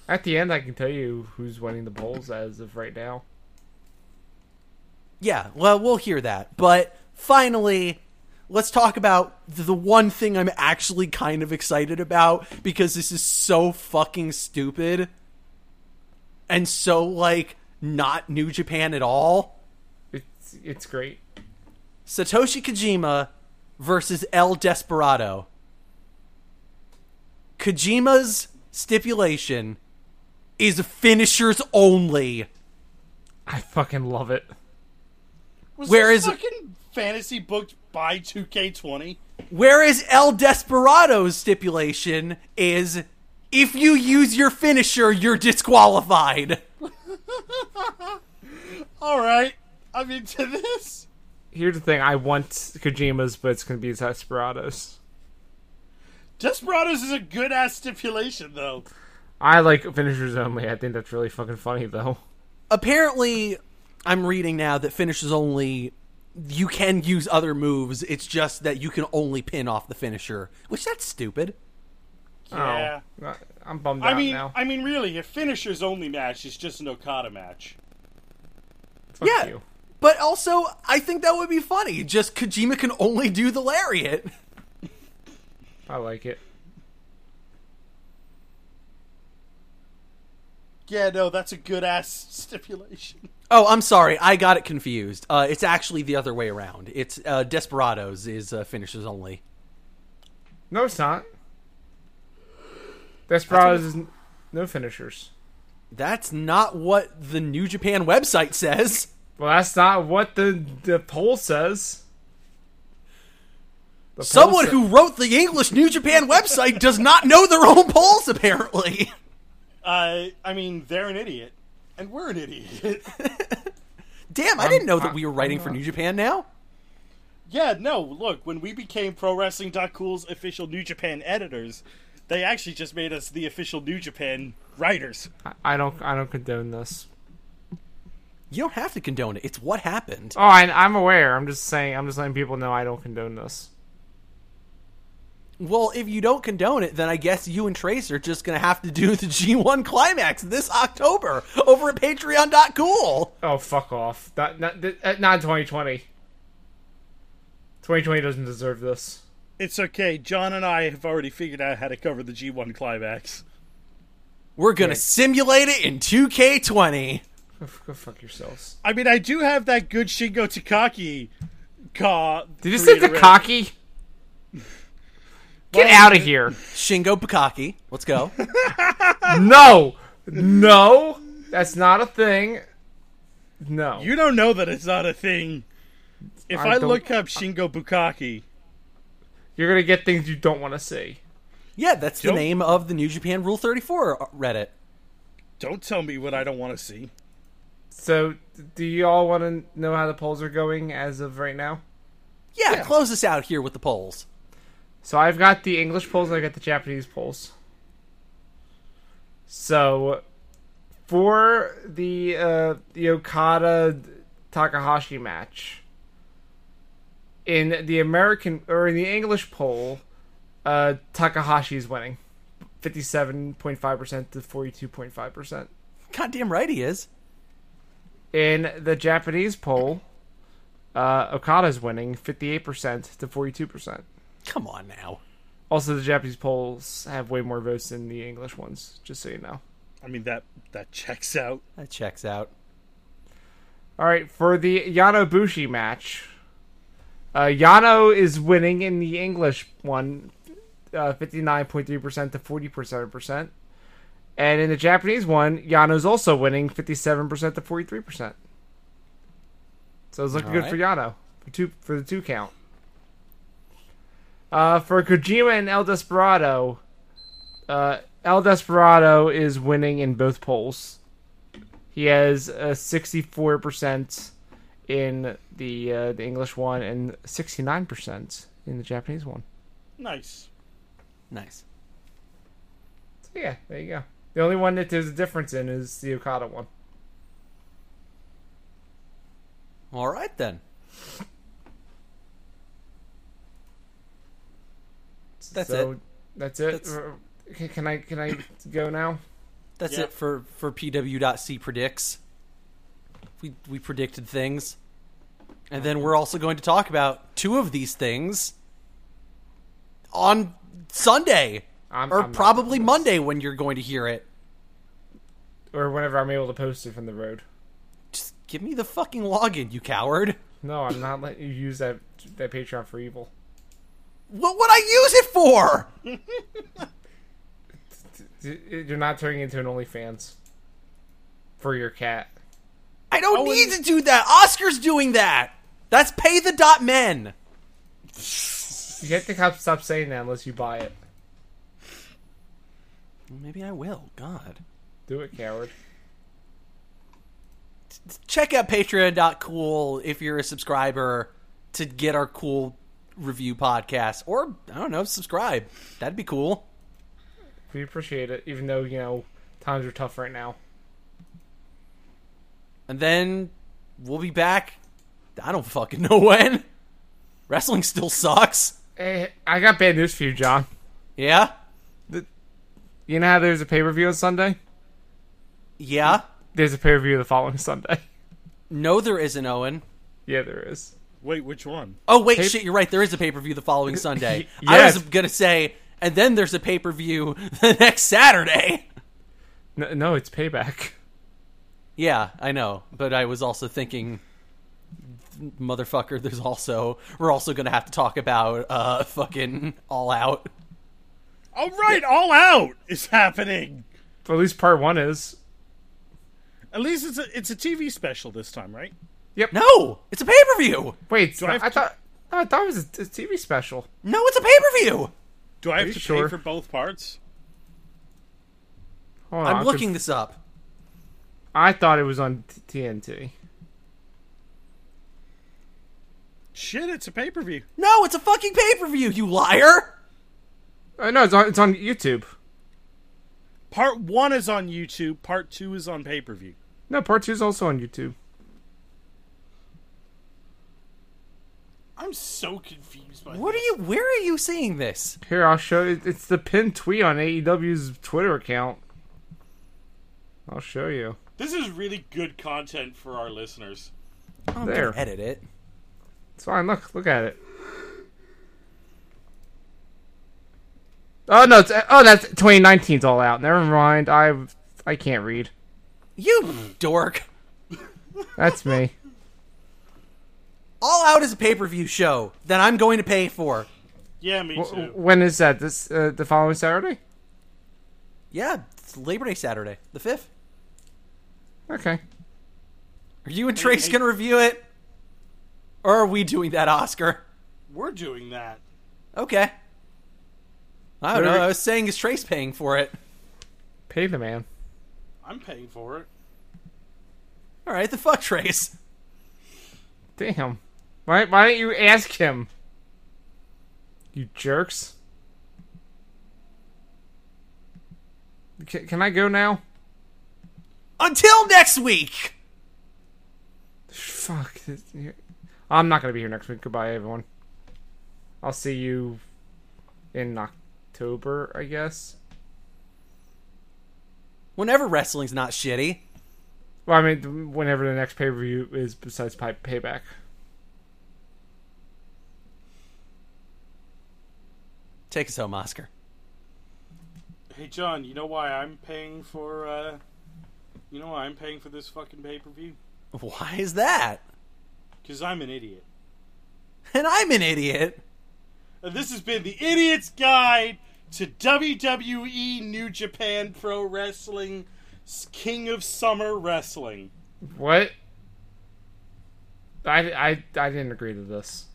Speaker 4: At the end, I can tell you who's winning the polls as of right now.
Speaker 2: Yeah, well, we'll hear that. But finally, let's talk about the one thing I'm actually kind of excited about because this is so fucking stupid and so like not New Japan at all.
Speaker 4: It's it's great.
Speaker 2: Satoshi Kojima versus El Desperado. Kojima's stipulation is finishers only.
Speaker 4: I fucking love it.
Speaker 3: Was
Speaker 2: Where
Speaker 3: this
Speaker 2: is it?
Speaker 3: fucking fantasy booked by 2K20?
Speaker 2: Whereas El Desperado's stipulation is if you use your finisher, you're disqualified.
Speaker 3: All right, I'm into this.
Speaker 4: Here's the thing: I want Kojima's, but it's gonna be Desperados.
Speaker 3: Desperados is a good ass stipulation, though.
Speaker 4: I like finishers only. I think that's really fucking funny, though.
Speaker 2: Apparently, I'm reading now that finishes only. You can use other moves, it's just that you can only pin off the finisher, which that's stupid.
Speaker 3: Yeah.
Speaker 4: Oh, I'm bummed
Speaker 3: I
Speaker 4: out
Speaker 3: mean,
Speaker 4: now.
Speaker 3: I mean, really, a finishers only match is just an Okada match.
Speaker 4: Fuck
Speaker 2: yeah.
Speaker 4: you.
Speaker 2: But also, I think that would be funny. Just Kojima can only do the lariat.
Speaker 4: I like it.
Speaker 3: Yeah, no, that's a good ass stipulation.
Speaker 2: Oh, I'm sorry. I got it confused. Uh, it's actually the other way around. It's uh, Desperados is uh, finishes only.
Speaker 4: No, it's not. Desperados is n- no finishers.
Speaker 2: That's not what the New Japan website says.
Speaker 4: Well, that's not what the the poll says. The poll
Speaker 2: Someone
Speaker 4: sa-
Speaker 2: who wrote the English New Japan website does not know their own polls, apparently.
Speaker 3: Uh, I mean, they're an idiot, and we're an idiot.
Speaker 2: Damn, I didn't know that
Speaker 4: I'm-
Speaker 2: we were writing for New Japan now.
Speaker 3: yeah, no, look, when we became Pro Wrestling Cool's official New Japan editors, they actually just made us the official New Japan writers.
Speaker 4: I I don't I don't condone this.
Speaker 2: You don't have to condone it. It's what happened.
Speaker 4: Oh, I, I'm aware. I'm just saying. I'm just letting people know I don't condone this.
Speaker 2: Well, if you don't condone it, then I guess you and Trace are just going to have to do the G1 climax this October over at patreon.cool.
Speaker 4: Oh, fuck off. Not not, th- uh, not 2020. 2020 doesn't deserve this.
Speaker 3: It's okay. John and I have already figured out how to cover the G1 climax.
Speaker 2: We're going to
Speaker 4: Yeah.
Speaker 2: simulate it in 2K20.
Speaker 4: Go, f- go fuck yourselves.
Speaker 3: I mean, I do have that good Shingo Takaki. Ka
Speaker 4: Did you say Takaki? Get out of here.
Speaker 2: Shingo Bukaki. Let's go.
Speaker 4: No. No. That's not a thing. No.
Speaker 3: You don't know that it's not a thing. If
Speaker 4: I
Speaker 3: I,
Speaker 4: don't-
Speaker 3: look up Shingo Bukaki,
Speaker 4: You're going to get things you don't want to see.
Speaker 2: Yeah, that's the
Speaker 3: Yep.
Speaker 2: name of the New Japan Rule 34 Reddit.
Speaker 3: don't tell me what I don't want to see.
Speaker 4: So, d- do you all want to know how the polls are going as of right now?
Speaker 2: Yeah, close us out here with the polls.
Speaker 4: So I've got the English polls and I got the Japanese polls. So for the uh, the Okada Takahashi match in the American or in the English poll, uh, Takahashi is winning, fifty seven point five percent to forty two point five percent.
Speaker 2: Goddamn right he is.
Speaker 4: In the Japanese poll, uh, Okada's winning fifty eight percent to forty two percent.
Speaker 2: Come on now.
Speaker 4: Also, the Japanese polls have way more votes than the English ones. Just so you know.
Speaker 3: I mean that that checks out.
Speaker 2: That checks out.
Speaker 4: All right, for the Yano Bushi match, uh, Yano is winning in the English one, fifty nine point three percent to forty percent percent, and in the Japanese one, Yano's also winning fifty seven percent to forty three percent. So it's looking
Speaker 2: All
Speaker 4: good
Speaker 2: right.
Speaker 4: for Yano for two for the two count. Uh, for Kojima and El Desperado, uh, El Desperado is winning in both polls. He has a sixty-four percent in the uh, the English one and sixty-nine percent in the Japanese one.
Speaker 3: Nice.
Speaker 2: Nice.
Speaker 4: So yeah, there you go. The only one that there's a difference in is the Okada one.
Speaker 2: All right then. That's
Speaker 4: so
Speaker 2: it.
Speaker 4: That's it.
Speaker 2: That's-
Speaker 4: Uh, Can, can I can I go now?
Speaker 2: That's
Speaker 3: Yeah.
Speaker 2: it for for pw.c predicts. We we predicted things. And then we're also going to talk about two of these things on Sunday
Speaker 4: I'm,
Speaker 2: or
Speaker 4: I'm not-
Speaker 2: probably Monday when you're going to hear it.
Speaker 4: or whenever I'm able to post it from the road.
Speaker 2: Just give me the fucking login, you coward.
Speaker 4: No, I'm not letting you use that that Patreon for evil.
Speaker 2: What would I use it for?
Speaker 4: You're not turning into an OnlyFans for your cat.
Speaker 2: I don't
Speaker 3: Oh,
Speaker 2: need
Speaker 3: and-
Speaker 2: to do that. Oscar's doing that. That's pay the dot men.
Speaker 4: You have to cop- stop saying that unless you buy it.
Speaker 2: Maybe I will. God.
Speaker 4: Do it, coward.
Speaker 2: check out patreon.cool if you're a subscriber to get our cool review podcast or i don't know subscribe that'd be cool
Speaker 4: We appreciate it, even though you know times are tough right now.
Speaker 2: and then we'll be back i don't fucking know when wrestling still sucks
Speaker 4: Hey, Eh, I got bad news for you, John.
Speaker 2: yeah
Speaker 4: You know how there's a pay per view on Sunday?
Speaker 2: yeah
Speaker 4: There's a pay per view the following Sunday.
Speaker 2: no there isn't owen
Speaker 4: Yeah, there is.
Speaker 3: Wait, which one?
Speaker 2: oh wait
Speaker 4: Pay-
Speaker 2: shit you're right there is a pay-per-view the following sunday i
Speaker 4: Yes.
Speaker 2: was gonna say and then there's a pay-per-view the next saturday
Speaker 4: No, no it's payback.
Speaker 2: Yeah, I know, but I was also thinking, motherfucker. There's also we're also gonna have to talk about uh fucking all out.
Speaker 3: All right, all out is happening.
Speaker 4: Well, at least part one is.
Speaker 3: At least it's a it's a TV special this time, right?
Speaker 2: No, it's a pay per view.
Speaker 4: Wait, it's
Speaker 3: Do I
Speaker 4: not- I,
Speaker 3: have to-
Speaker 4: thought no, I thought it was a, a TV special.
Speaker 2: No, it's a pay per view.
Speaker 3: Do I have
Speaker 4: you
Speaker 3: to
Speaker 4: sure?
Speaker 3: pay for both parts?
Speaker 4: Hold on,
Speaker 2: I'm
Speaker 4: I'm
Speaker 2: looking
Speaker 4: conf-
Speaker 2: this up.
Speaker 4: I thought it was on t- TNT.
Speaker 3: Shit, it's a pay per view.
Speaker 2: No, it's a fucking pay per view. You liar.
Speaker 4: Uh, no, it's on it's on YouTube.
Speaker 3: Part one is on YouTube. Part two is on pay per view.
Speaker 4: No, part two is also on YouTube.
Speaker 3: I'm so confused by
Speaker 2: What are you? Where are you seeing this?
Speaker 4: Here, I'll show. it- It's the pinned tweet on AEW's Twitter account. I'll show you.
Speaker 5: This is really good content for our listeners.
Speaker 2: I'm
Speaker 4: There.
Speaker 2: gonna edit it.
Speaker 4: It's fine. Look, look at it. Oh no! It's, oh, that's 2019's all out. Never mind. I I can't read.
Speaker 2: You dork.
Speaker 4: That's me.
Speaker 2: All out is a pay per view show that I'm going to pay for.
Speaker 5: Yeah, me
Speaker 4: W-
Speaker 5: too.
Speaker 4: when is that? This uh, the following Saturday?
Speaker 2: Yeah, it's Labor Day Saturday, the fifth.
Speaker 4: Okay.
Speaker 2: Are you and Trace gonna review it, or are we doing that, Oscar?
Speaker 5: We're doing that.
Speaker 2: Okay. I don't
Speaker 4: Very-
Speaker 2: know. I was saying, is Trace paying for it?
Speaker 4: Pay the man.
Speaker 5: I'm paying for it.
Speaker 2: All right, the fuck, Trace.
Speaker 4: Damn. Why Why don't you ask him? You jerks. Can, can I go now?
Speaker 2: Until next week.
Speaker 4: Fuck. this- I'm not gonna be here next week. Goodbye, everyone. I'll see you in October, I guess.
Speaker 2: Whenever wrestling's not shitty.
Speaker 4: Well, I mean, whenever the next pay per view is, besides pay- payback.
Speaker 6: Take us home, Oscar.
Speaker 3: Hey, John, you know why I'm paying for? uh You know why I'm paying for this fucking pay per view?
Speaker 6: Why is that?
Speaker 3: Because I'm an idiot.
Speaker 6: And I'm an idiot.
Speaker 3: And this has been the Idiot's Guide to WWE New Japan Pro Wrestling, King of Summer Wrestling.
Speaker 4: What? I, I, I didn't agree to this.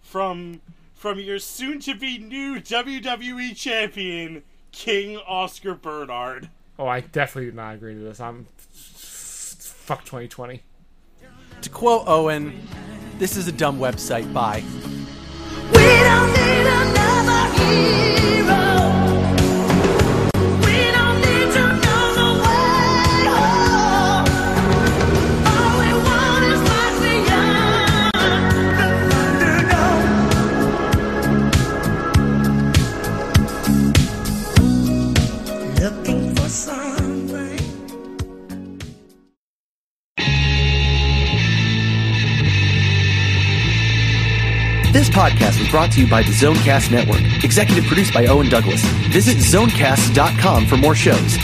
Speaker 3: from from your soon to be new WWE champion, King Oscar Bernard.
Speaker 4: Oh, I definitely did not agree to this. I'm fuck 2020.
Speaker 6: To quote Owen, this is a dumb website. Bye.
Speaker 7: We don't need another hero. We don't need to know the way home. All we want is what's beyond the Thunderdome.
Speaker 1: Looking for something.
Speaker 2: This podcast was brought to you by the Zonecast Network, executive produced by Owen Douglas. Visit zonecast.com for more shows.